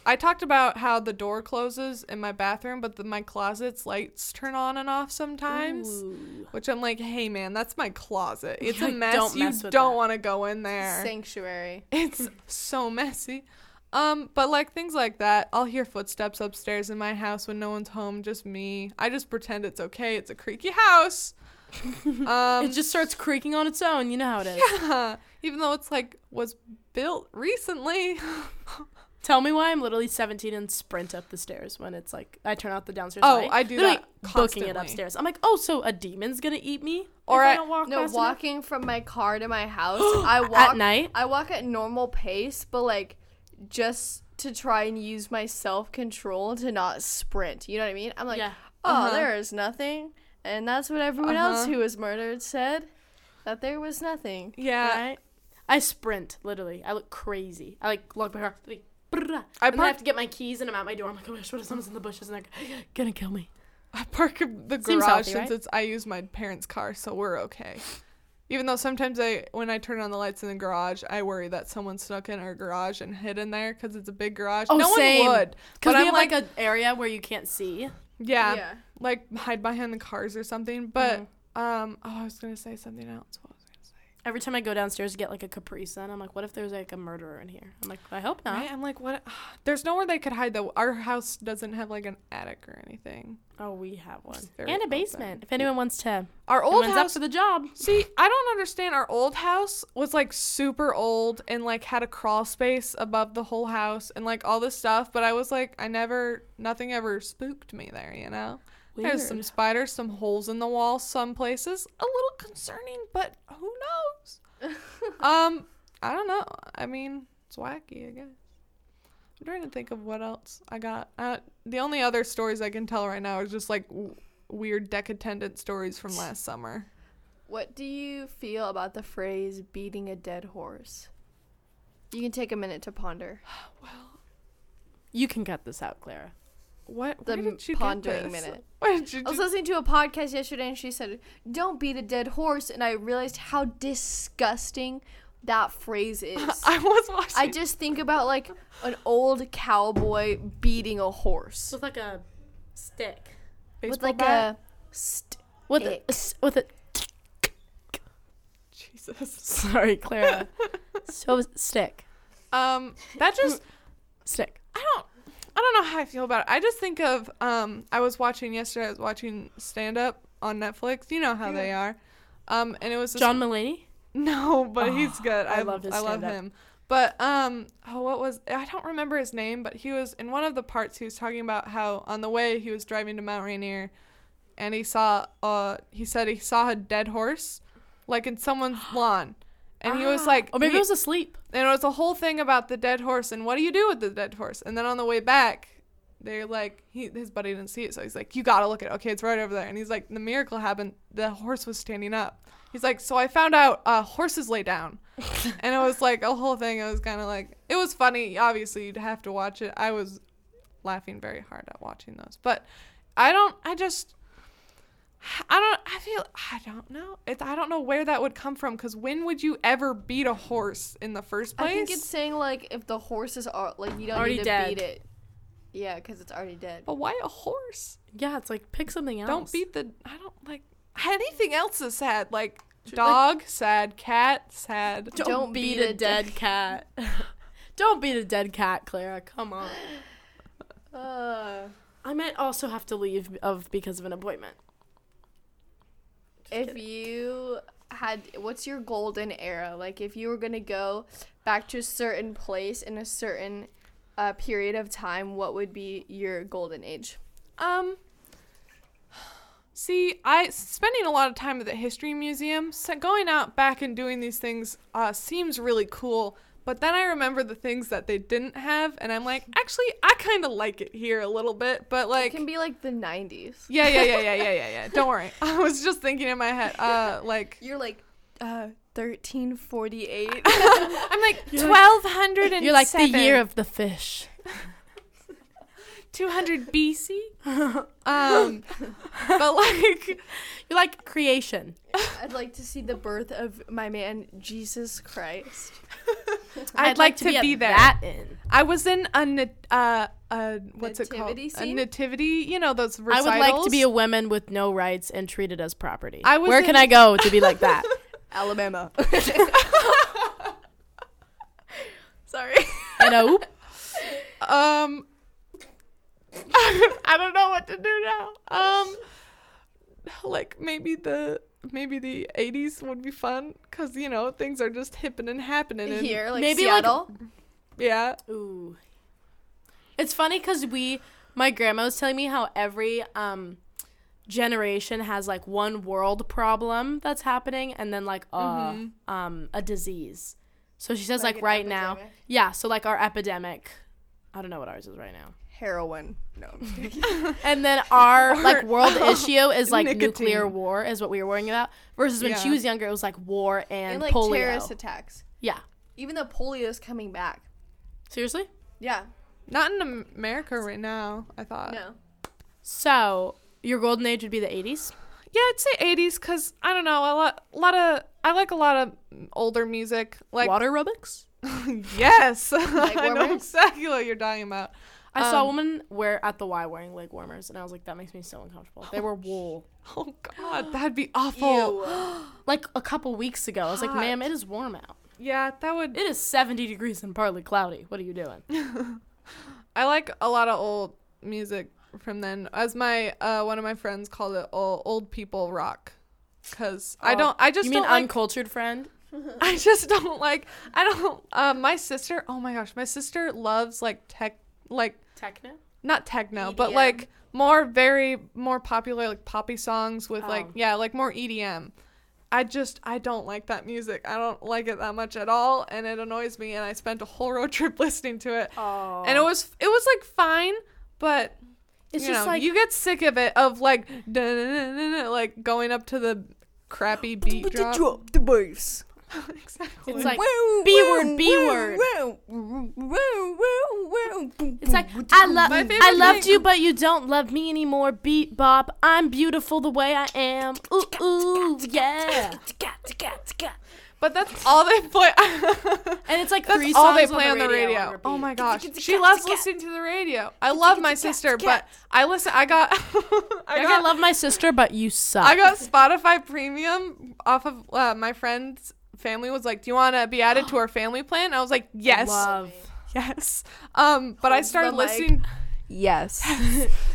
i talked about how the door closes in my bathroom but the, my closet's lights turn on and off sometimes
Ooh.
Which I'm like, hey man, that's my closet. It's a
Like,
mess.
don't
you
mess with
don't
that.
want to go in there.
Sanctuary.
It's so messy. Um, but like things like that, I'll hear footsteps upstairs in my house when no one's home, just me. I just pretend it's okay. It's a creaky house.
It
Um,
just starts creaking on its own. You know how it is.
even though it's like was built recently.
Tell me why I'm literally 17 and sprint up the stairs when it's like I turn out the downstairs.
Oh,
light.
I do
Literally
that
booking it
constantly.
upstairs. I'm like, oh, so a demon's gonna eat me
Or
if I,
I-
don't walk
No,
fast enough?
walking from my car to my house. I walk
night?
I walk at normal pace, but like just to try and use my self control to not sprint. You know what I mean? I'm like,
Yeah.
oh,
Uh-huh.
there is nothing, and that's what everyone else
Uh-huh.
who was murdered said, that there was nothing.
Yeah.
right? I sprint literally. I look crazy. I like lock my car. Like, brrrr. and
I
then I have
parked-
to get my keys and I'm at my door. I'm like, oh my gosh, what if someone's in the bushes and they're gonna kill me?
I park in the
Seems
garage
healthy,
since
right?
it's I use my parents' car, so we're okay. Even though sometimes I, when I turn on the lights in the garage, I worry that someone snuck in our garage and hid in there because it's a big garage.
Oh,
no
same.
one would.
Because
But
we
I'm
have like, an area where you can't see.
yeah,
Yeah.
like hide behind the cars or something. But
Mm-hmm.
um, oh, I was gonna say something else. What was I gonna say?
Every time I go downstairs to get like a Capri Sun, I'm like, what if there's like a murderer in here? I'm like, I hope not.
Right? I'm like, what? There's nowhere they could hide though. Our house doesn't have like an attic or anything.
Oh, we have one
very
and a
open.
basement. If anyone wants to,
Our old
old up
house
for the job.
See, I don't understand. Our old house was like super old and like had a crawl space above the whole house and like all this stuff. But I was like, I never, nothing ever spooked me there, you know? There's some
Weird.
spiders, some holes in the wall, some places. A little concerning, but who knows? um, I don't know. I mean, it's wacky, I guess. I'm trying to think of what else I got. Uh, the only other stories I can tell right now is just like w- weird deck attendant stories from last summer.
What do you feel about the phrase beating a dead horse? You can take a minute to ponder.
Well,
You can cut this out, Clara.
What?
The
Where did you
pondering
get this?
minute.
Where did you?
I was
do-
listening to a podcast yesterday and she said, Don't beat a dead horse. And I realized how disgusting that phrase is.
I was watching.
I just think about like an old cowboy beating a horse
With like a stick.
baseball
with like
bat.
a. St-
With a,
Ick.
s- with a.
Jesus.
Sorry, Clara. so stick,
Um, that just.
stick.
I don't. I don't know how I feel about it. I just think of. Um, I was watching yesterday. I was watching stand up on Netflix. You know how they are. Um, and it was this-
John Mulaney.
No, but he's good. I,
I
I
love
love
his
I love
stand-up.
him. But um, oh, what was I don't remember his name, but he was in one of the parts. He was talking about how on the way he was driving to Mount Rainier, and he saw uh, he said he saw a dead horse, like in someone's lawn, and he was like,
Ah. Or maybe
he-
it was asleep.
and it was a whole thing about the dead horse and what do you do with the dead horse? And then on the way back, they're like, he, his buddy didn't see it, so he's like, you gotta look at it. Okay, it's right over there. And he's like, the miracle happened. The horse was standing up. He's like, so I found out uh, horses lay down, and it was like a whole thing. It was kind of like it was funny. Obviously, you'd have to watch it. I was laughing very hard at watching those, but I don't. I just. I don't. I feel. I don't know. It's. I don't know where that would come from. Cause when would you ever beat a horse in the first place?
I think it's saying like if the horses are like you don't
Already
need to
dead.
beat it. Yeah, because it's already dead.
But why a horse?
Yeah, it's like pick something else.
Don't beat the. I don't like anything else is sad. Like dog, sad cat, sad.
Don't,
Don't
beat,
beat
a
a
dead cat. Don't beat a dead cat, Clara. Come on.
Uh,
I might also have to leave of because of an appointment.
if you had, what's your golden era? Like if you were gonna go back to a certain place in a certain uh, period of time, what would be your golden age?
Um. See, I spending a lot of time at the history museum. So going out back and doing these things uh, seems really cool. But then I remember the things that they didn't have, and I'm like, actually, I kind of like it here a little bit. But
It
like,
can be like the '90s.
yeah, yeah, yeah, yeah, yeah, yeah, yeah. Don't worry. I was just thinking in my head, uh, like,
You're like uh 1348.
I'm like
You're like-
twelve hundred and
You're like the year of the fish.
200 BC. um, but like,
You're like creation.
I'd like to see the birth of my man Jesus Christ.
I'd, like, to, be,
at
there.
That in.
I was in a nat- uh, uh, what's
Nativity
it called? A
scene?
nativity. You know those
I
recitals.
would like to be a woman with no rights and treated as property.
I was
Where can
in-
I go to be like that?
Alabama. Sorry.
I know.
um. I don't know what to do now. Um, like maybe the maybe the 80s would be fun because you know things are just hipping and happening and
Here, like
Maybe, like,
Seattle.
yeah
Ooh. It's funny because we, my grandma was telling me how every um, generation has like one world problem that's happening, and then like a um a disease. So she says
Mm-hmm. Like
like,
an
right now,
epidemic?
yeah. So like our epidemic, I don't know what ours is right now,
Heroin. No. I'm just kidding.
and then our like world issue is like nuclear
nicotine.
war is what we were worrying about. Versus when she
Yeah.
was younger, it was like war and,
and like
polio.
terrorist attacks.
Yeah,
Even though polio is coming back.
seriously.
Yeah.
Not in Am- America right now, I
Uh,
thought.
No.
So your golden age would be the eighties.
Yeah, I'd say 80s cuz I don't know, a lot a lot of I like a lot of older music like
Water aerobics.
Yes. I know
warmers?
exactly what you're talking about.
I saw a
Um,
woman wear at the Y wearing leg warmers, and I was like, that makes me so uncomfortable. They were wool.
Oh god, that'd be awful.
Like a couple weeks ago, I was like,
Hot.
ma'am, it is warm out.
Yeah, that would
It is 70 degrees and partly cloudy. What are you doing?
I like a lot of old music from then. As my uh, one of my friends called it, old, old people rock. Cause I
Oh,
don't, I just
you mean
don't like,
uncultured friend?
I just don't like, I don't. Uh, my sister, oh my gosh, my sister loves like tech, like
Techno?
not techno, but
E
EDM.
like more very more popular like poppy songs with like
Oh.
yeah, like more EDM. I just I don't like that music. I don't like it that much at all and it annoys me and I spent a whole road trip listening to it.
Oh.
And it was it was like fine, but
It's
you
just
know,
like.
you get sick of it of like dun-dun-dun-dun-dun, like going up to the crappy beat drop.
the bass.
exactly.
it's like B word, B word. It's like I love
My favorite
I loved
thing-
you, but you don't love me anymore. Beat bop, I'm beautiful the way I am. Ooh ooh yeah.
but that's all they play.
And it's like
That's
three
all
songs
they play on the radio. oh
repeat.
my gosh, she loves listening to the radio. I love my sister, but I listen. I got, I
Like, I
got,
love my sister, but you suck.
I got Spotify Premium off of uh, my friend's family was like, "Do you want to be added to our family plan?" I was like, "Yes,
Love.
yes." Um, but I
Holds the
started
mic.
listening.
Yes.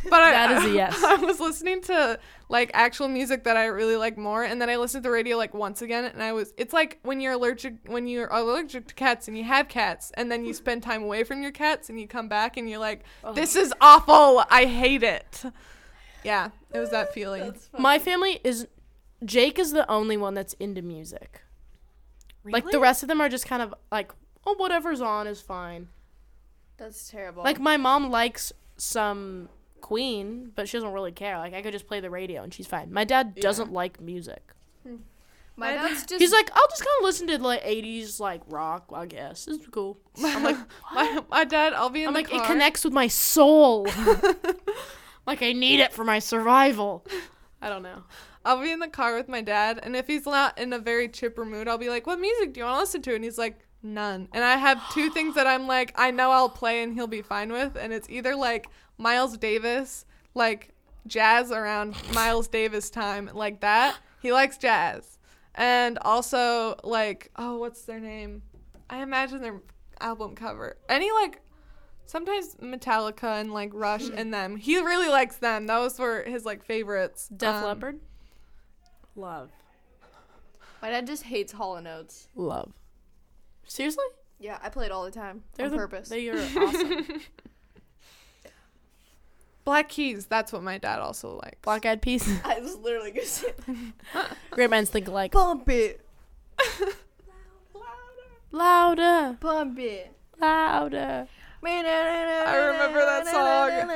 But I,
That is a yes.
I was listening to like actual music that I really like more, and then I listened to the radio like once again, and I was. It's like when you're allergic when you're allergic to cats and you have cats, and then you spend time away from your cats, and you come back and you're like, this is awful. I hate it. Yeah, it was that feeling.
My family is Jake is the only one that's into music. Like the
Really?
rest of them are just kind of like, oh, whatever's on is fine.
That's terrible.
Like my mom likes some Queen, but she doesn't really care. Like I could just play the radio and she's fine. My dad doesn't like music.
my dad's just
He's like, I'll just kind of listen to like '80s like rock. I guess it's cool. I'm like,
my, my dad, I'll be in
I'm
the
like,
car.
it connects with my soul. like I need it for my survival. I don't know.
I'll be in the car with my dad, and if he's not in a very chipper mood, I'll be like, "What music do you want to listen to?" And he's like, "None." And I have two things that I'm like, I know I'll play and he'll be fine with, and it's either like Miles Davis, like jazz around Miles Davis time, like that. He likes jazz, and also like, oh, what's their name? I imagine their album cover. Any like. Sometimes Metallica and like Rush and them. He really likes them. Those were his like favorites.
Def
Um,
Leppard. Love.
my dad just hates Hall and Oates.
Love. Seriously?
Yeah, I play it all the time on
the-
purpose.
They are awesome.
Black Keys. That's what my dad also likes.
Black eyed peas.
I was literally gonna say
Great minds think alike.
Bump it.
Louder,
Bump it.
louder.
I
remember that song.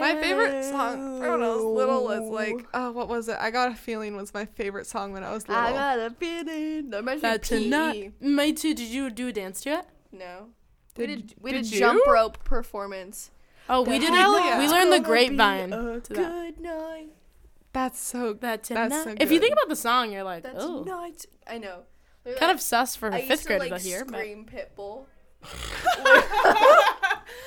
My favorite song from when I was little is like, oh, what was it? I Got a Feeling was my favorite song when I was little.
I got a feeling. No, imagine
That's
PE.
not. Me too. Did you do a dance to it?
E. No. We did, we
did
did
you?
jump rope performance.
Oh, we did.
hell
it.
yeah.
We
It's
learned the
Gonna be
grapevine. to
a
that.
Good night.
That's so good.
That
That's
tonight-
so
if you
good.
think about the song, you're like,
That's
oh,
not. I know.
kind of sus for
I
a fifth
used to
grader
like
to hear. but-
scream Pitbull.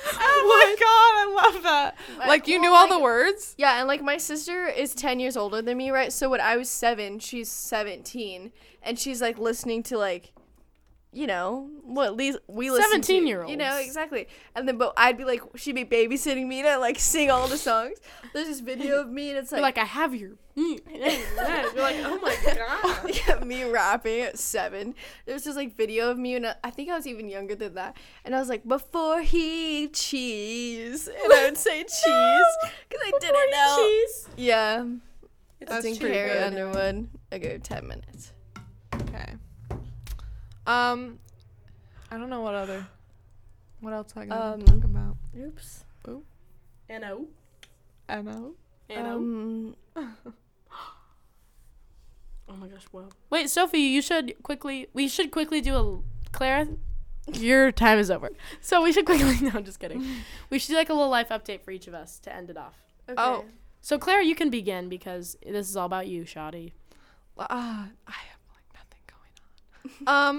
Oh my god, I love that.
Like,
Like you
oh
knew all
my
the
g-
words.
Yeah, and like my sister is 10 years older than me, right? So when I was seven, she's 17. And she's like listening to like you know, what at least we listen to,
17-year-olds.
You know, exactly. And then, but I'd be like, she'd be babysitting me and I like sing all the songs. There's this video of me and it's
You're
like,
like, I have your.
You're like, oh my god.
yeah, me rapping at seven. There's this like video of me and I I think I was even younger than that. And I was like, before he cheese. And I would say cheese because I didn't know.
Cheese.
Yeah.
That's
That's in
pretty
Carrie
good.
Underwood. I go 10 minutes.
Okay. Um, I don't know what other. What else I gotta
Um,
talk about?
Oops.
And oh.
Emma.
And oh.
Um,
Oh my gosh, wow. Wait, Sophie, you should quickly we should quickly do a Clara your time is over. So we should quickly no, I'm just kidding. We should do like a little life update for each of us to end it off.
okay.
Oh.
So Clara, you can begin because this is all about you, Shoddy.
Uh, I have like nothing going on.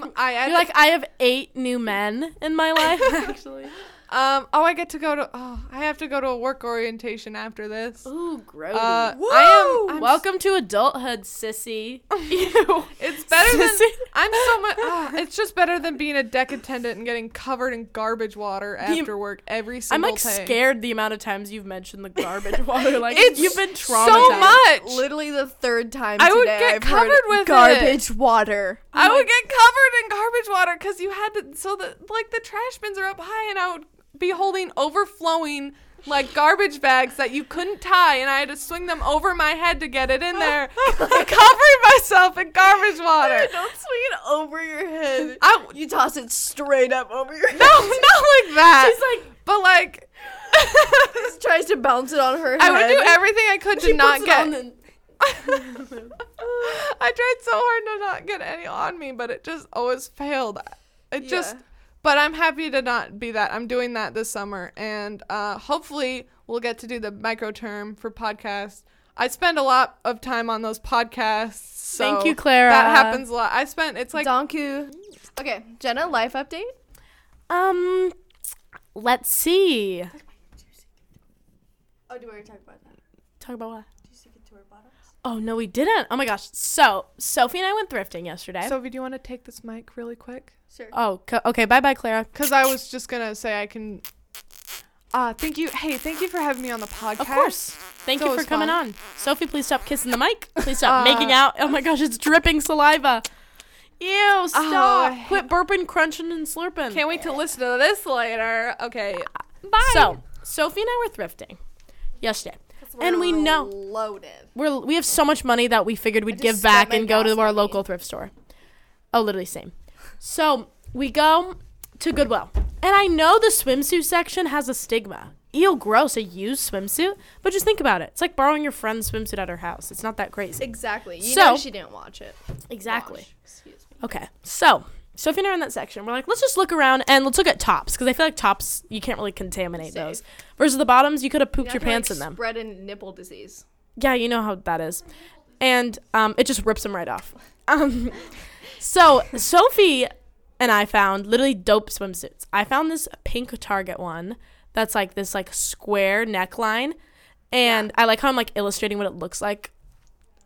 Um, I, I
You're like, I have eight new men in my life actually.
um. Oh, I get to go to. Oh, I have to go to a work orientation after this.
Ooh, grody.
Uh, I am. I'm
Oh, Welcome to adulthood, sissy.
Ew. It's better than
Sissy.
I'm so much. ah, it's just better than being a deck attendant and getting covered in garbage water
The-
after work every
I'm
single
like
day.
scared the amount of times you've mentioned the garbage water. Like
It's
you've been traumatized.
so much.
Literally the third time
I
today
would get
I've
covered
heard
with it.
garbage water.
I would get covered in garbage water because you had to. So the like the trash bins are up high, and I would be holding overflowing like garbage bags that you couldn't tie, and I had to swing them over my head to get it in there, and covering myself in garbage water.
Don't swing it over your head.
I
You toss it straight up over your head.
no, not like that.
She's like
but like.
Just tries to bounce it on her
I
head.
would do everything I could to not get. I tried so hard to not get any on me, but it just always failed. It just.
Yeah.
But I'm happy to not be that. I'm doing that this summer, and uh, hopefully we'll get to do the micro term for podcasts. I spend a lot of time on those podcasts. So
Thank you, Clara.
That happens a lot. I spent. It's like Mm.
Donku. Okay, Jenna, life update.
Um, let's see.
Oh, do we already talk about that?
Talk about what?
Do you stick it to her bottom?
Oh no, we didn't. Oh my gosh. So Sophie and I went thrifting yesterday.
Sophie. Do you want to take this mic really quick?
Sure.
oh, co- okay. Bye, bye, Clara.
Because I was just gonna say I can. Uh, thank you. Hey, thank you for having me on the podcast.
Of course. Thank
So
you for
it's
coming
fun.
on. Sophie, please stop kissing the mic. Please stop
Uh,
making out. Oh my gosh, it's dripping saliva. Ew, stop.
Oh, I hate-
Quit burping, crunching, and slurping.
Can't wait to listen to this later. Okay.
Bye. So, Sophie and I were thrifting yesterday. And we know-
Loaded.
We're we have so much money that we figured we'd
just
give
spent
back
my
and go to
gas
our
money.
local thrift store. Oh, literally same. So we go to Goodwill, and I know the swimsuit section has a stigma. Ew, gross, a used swimsuit. But just think about it. It's like borrowing your friend's swimsuit at her house. It's not that crazy.
Exactly. You
So-
know she didn't watch it.
Exactly.
Wash. Excuse me.
Okay, so Sophie and I are in that section. We're like, let's just look around and let's look at tops because I feel like tops you can't really contaminate
Safe.
those. Versus the bottoms, you could have pooped
Not
your
gonna,
pants
like,
in them.
Spread a nipple disease.
Yeah, you know how that is. And um, it just rips them right off. Um, so Sophie and I found literally dope swimsuits. I found this pink Target one that's like this like square neckline. And I like how I'm like illustrating what it looks like.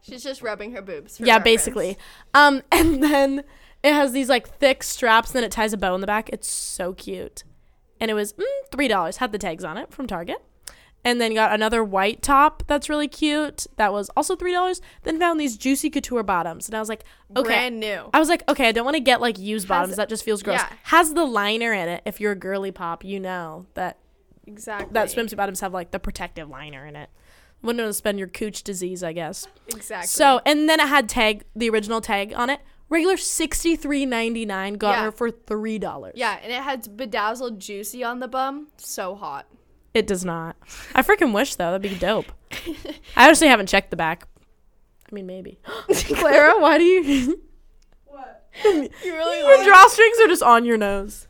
She's just rubbing her boobs. for
yeah,
reference.
basically. Um, and then it has these like thick straps and then it ties a bow in the back. It's so cute. And it was mm, $3. Had the tags on it from Target and then got another white top that's really cute that was also three dollars then found these juicy couture bottoms and i was like okay Uh,
Brand new.
i was like okay i don't want to get like used bottoms that just feels gross
yeah.
has the liner in it if you're a girly pop you know that
Exactly.
that swimsuit bottoms have like the protective liner in it wouldn't want to spend your cooch disease i guess
Exactly.
so and then it had tag the original tag on it regular 63.99 got
Yeah.
her for three dollars
Yeah, and it had bedazzled juicy on the bum. So hot.
it does not i freaking wish though that'd be dope i honestly haven't checked the back i mean maybe Clara, why do you?
What?
You really
Your drawstrings are just on your nose.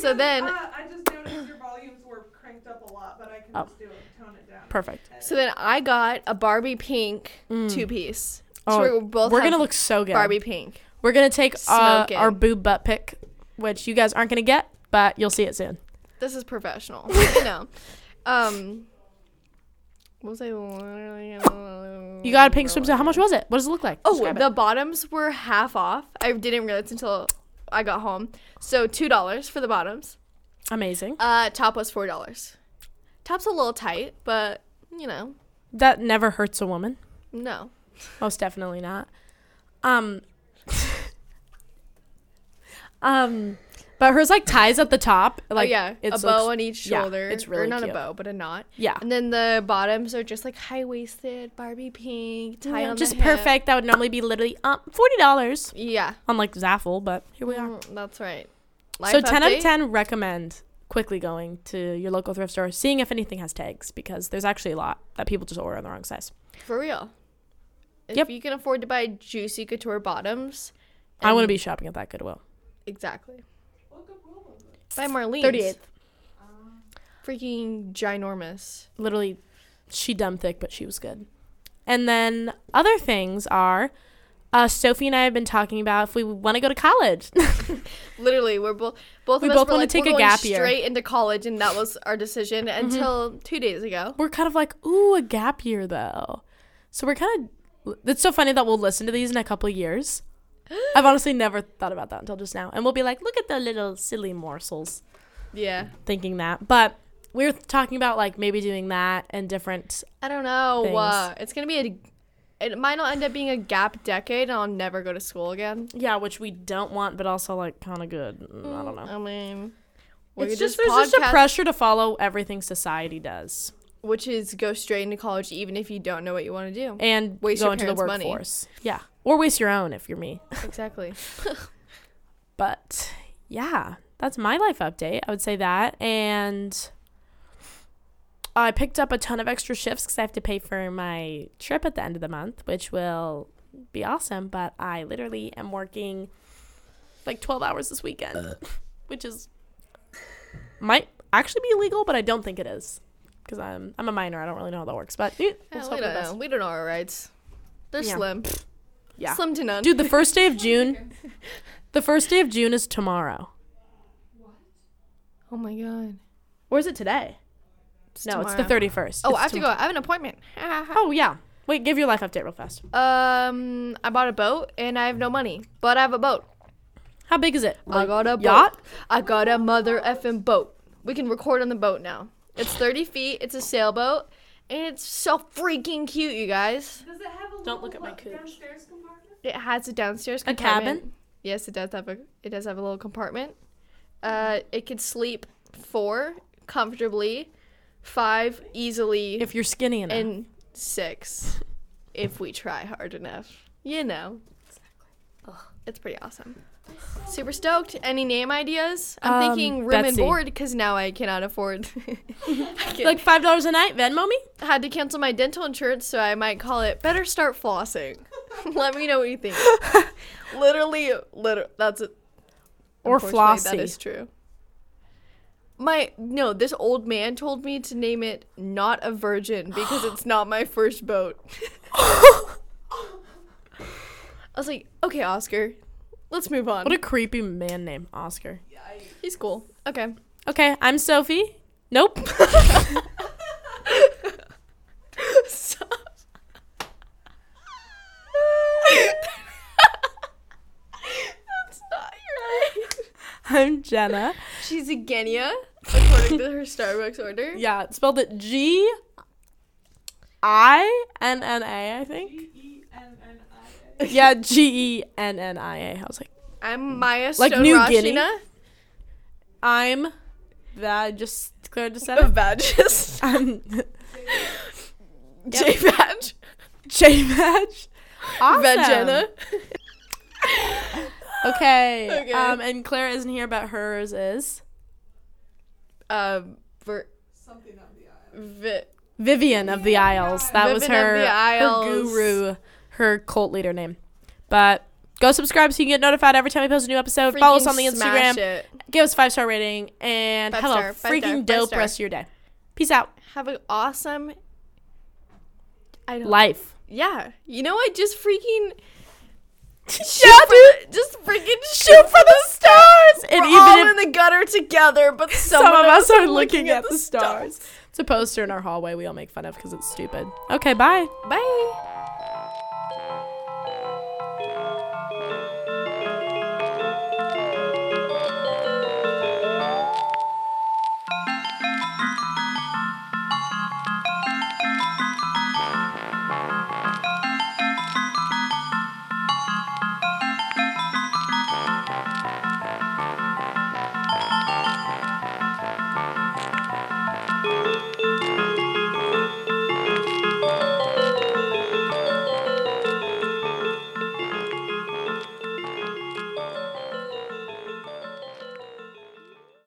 So then,
I just noticed your volumes were cranked up a lot, but I can
Oh.
just
just
do it, tone it down.
Perfect.
so then I got a Barbie pink two piece. So
Mm. Oh,
we're both
We're
have
gonna look so good.
Barbie pink.
We're gonna take uh,
Smoking.
our boob butt pick, which you guys aren't gonna get, but you'll see it soon.
This is professional. you know. Um, What was I?
You got a pink swimsuit. How much was it? What does it look like?
Oh,
Describe it.
the bottoms were half off. I didn't realize until I got home. So two dollars for the bottoms.
amazing.
Uh, top was four dollars. Top's a little tight, but you know,
That never hurts a woman.
no.
Most definitely not. Um. um, but hers like ties at the top. Like
Like Oh, yeah,
it's
a bow
looks-
on each
yeah,
shoulder.
it's really
or not
cute.
a bow, but a knot.
yeah.
And then the bottoms are just like high waisted, Barbie pink, tie
Yeah,
on the
just
hip.
perfect. That would normally be literally um forty dollars
Yeah,
on like Zaffle, but here we are.
Mm, that's right.
so
Life
ten out of
update?
ten recommend quickly going to your local thrift store, seeing if anything has tags, because there's actually a lot that people just order in the wrong size.
for real. If
Yep.
you can afford to buy juicy couture bottoms,
I want to
and-
be shopping at that Goodwill.
exactly. By Marlene,
38th.
freaking ginormous.
literally she dumb thick but she was good and then other things are uh, sophie and i have been talking about if we want to go to college
Literally, we're both both
We
of us
both
were
wanna
like,
take
we're
a
going
gap year. Mm-hmm.
straight into college, and that was our decision until two days ago.
we're kind of like ooh a gap year though so we're kind of it's so funny that we'll listen to these in a couple of years i've honestly never thought about that until just now and we'll be like look at the little silly morsels
Yeah,
thinking that but we were talking about like maybe doing that and different
I don't know.
Things.
Uh, it's gonna be a. It might not end up being a gap decade, and I'll never go to school again.
yeah which we don't want but also like kind of good Mm, i don't know
I mean, we
it's
could
just
just
there's just a
podcast-
pressure to follow everything society does
which is go straight into college, even if you don't know what you want to do.
and
Waste
go
your
into the
parents' money.
workforce. Yeah, or waste your own if you're me.
exactly.
But yeah, that's my life update. I would say that, and I picked up a ton of extra shifts because I have to pay for my trip at the end of the month, which will be awesome. But I literally am working like 12 hours this weekend, which is might actually be illegal, but I don't think it is because I'm I'm a minor. I don't really know how that works, but eh,
Yeah,
let's hope for
we don't
the
know.
best.
We don't know our rights. They're
Yeah.
slim.
Yeah.
Slim to none.
Dude, the first day of June. The first day of June is tomorrow.
Oh my god.
Or is it today? no, it's the
tomorrow.
31st.
Oh,
It's
I have to go.
tomorrow.
I have an appointment.
Oh, yeah. Wait, give your life update real fast.
um, I bought a boat and I have no money, but I have a boat.
How big is it?
I got a
yacht?
boat. I got a mother effing boat. We can record on the boat now. It's 30 feet. It's a sailboat, and it's so freaking cute, you guys.
Does it have a
Don't look at my cooch.
downstairs compartment?
It has a downstairs
A
compartment.
cabin?
Yes, it does have a it does have a little compartment. Uh, it could sleep four comfortably, five easily,
If you're skinny enough.
and six if we try hard enough. You know. It's pretty awesome. Super stoked. Any name ideas? I'm
Um,
thinking room and
Betsy.
board because now I cannot afford. I can't-
like $5 a night, Venmo me?
had to cancel my dental insurance, so I might call it "Better Start Flossing." Let me know what you think. literally, literally, that's it.
Or
Unfortunately,
flossy.
That is true. My no, this old man told me to name it "Not a Virgin" because it's not my first boat. I was like, okay, Oscar, let's move on.
What a creepy man name, Oscar.
He's cool. Okay.
Okay, I'm Sophie. Nope.
Stop. That's not right.
I'm Jenna.
She's a Genya, according to her Starbucks order.
Yeah, it's spelled it G I N N A, I think. Yeah, G E N N I A. I was like,
I'm Maya
Like
like
New
New
Guinea? I'm that just Claire just said
The
it.
Badges.
I'm
J Badge.
J Match.
Vagina.
Okay.
Okay.
Um, and Claire isn't here, but hers is
Um, ver-
Something on the aisle.
vi-
Vivian of the Isles. That was
Vivian of
her,
the Isles.
her guru, her cult leader name. But go subscribe so you can get notified every time we post a new episode. Follow us on the
freaking smash
Instagram.
it.
Give us a five star rating and
Five
have a
star, five
freaking
star, five
dope
star.
rest of your day. Peace out.
Have an awesome. I don't.
Life.
yeah. You know, I just freaking. yeah, dude, just freaking shoot for the stars.
And
We're
even
all
if-
in the gutter together, but some,
Some of us are looking at the stars. It's a poster in our hallway we all make fun of because it's stupid. Okay, bye.
Bye.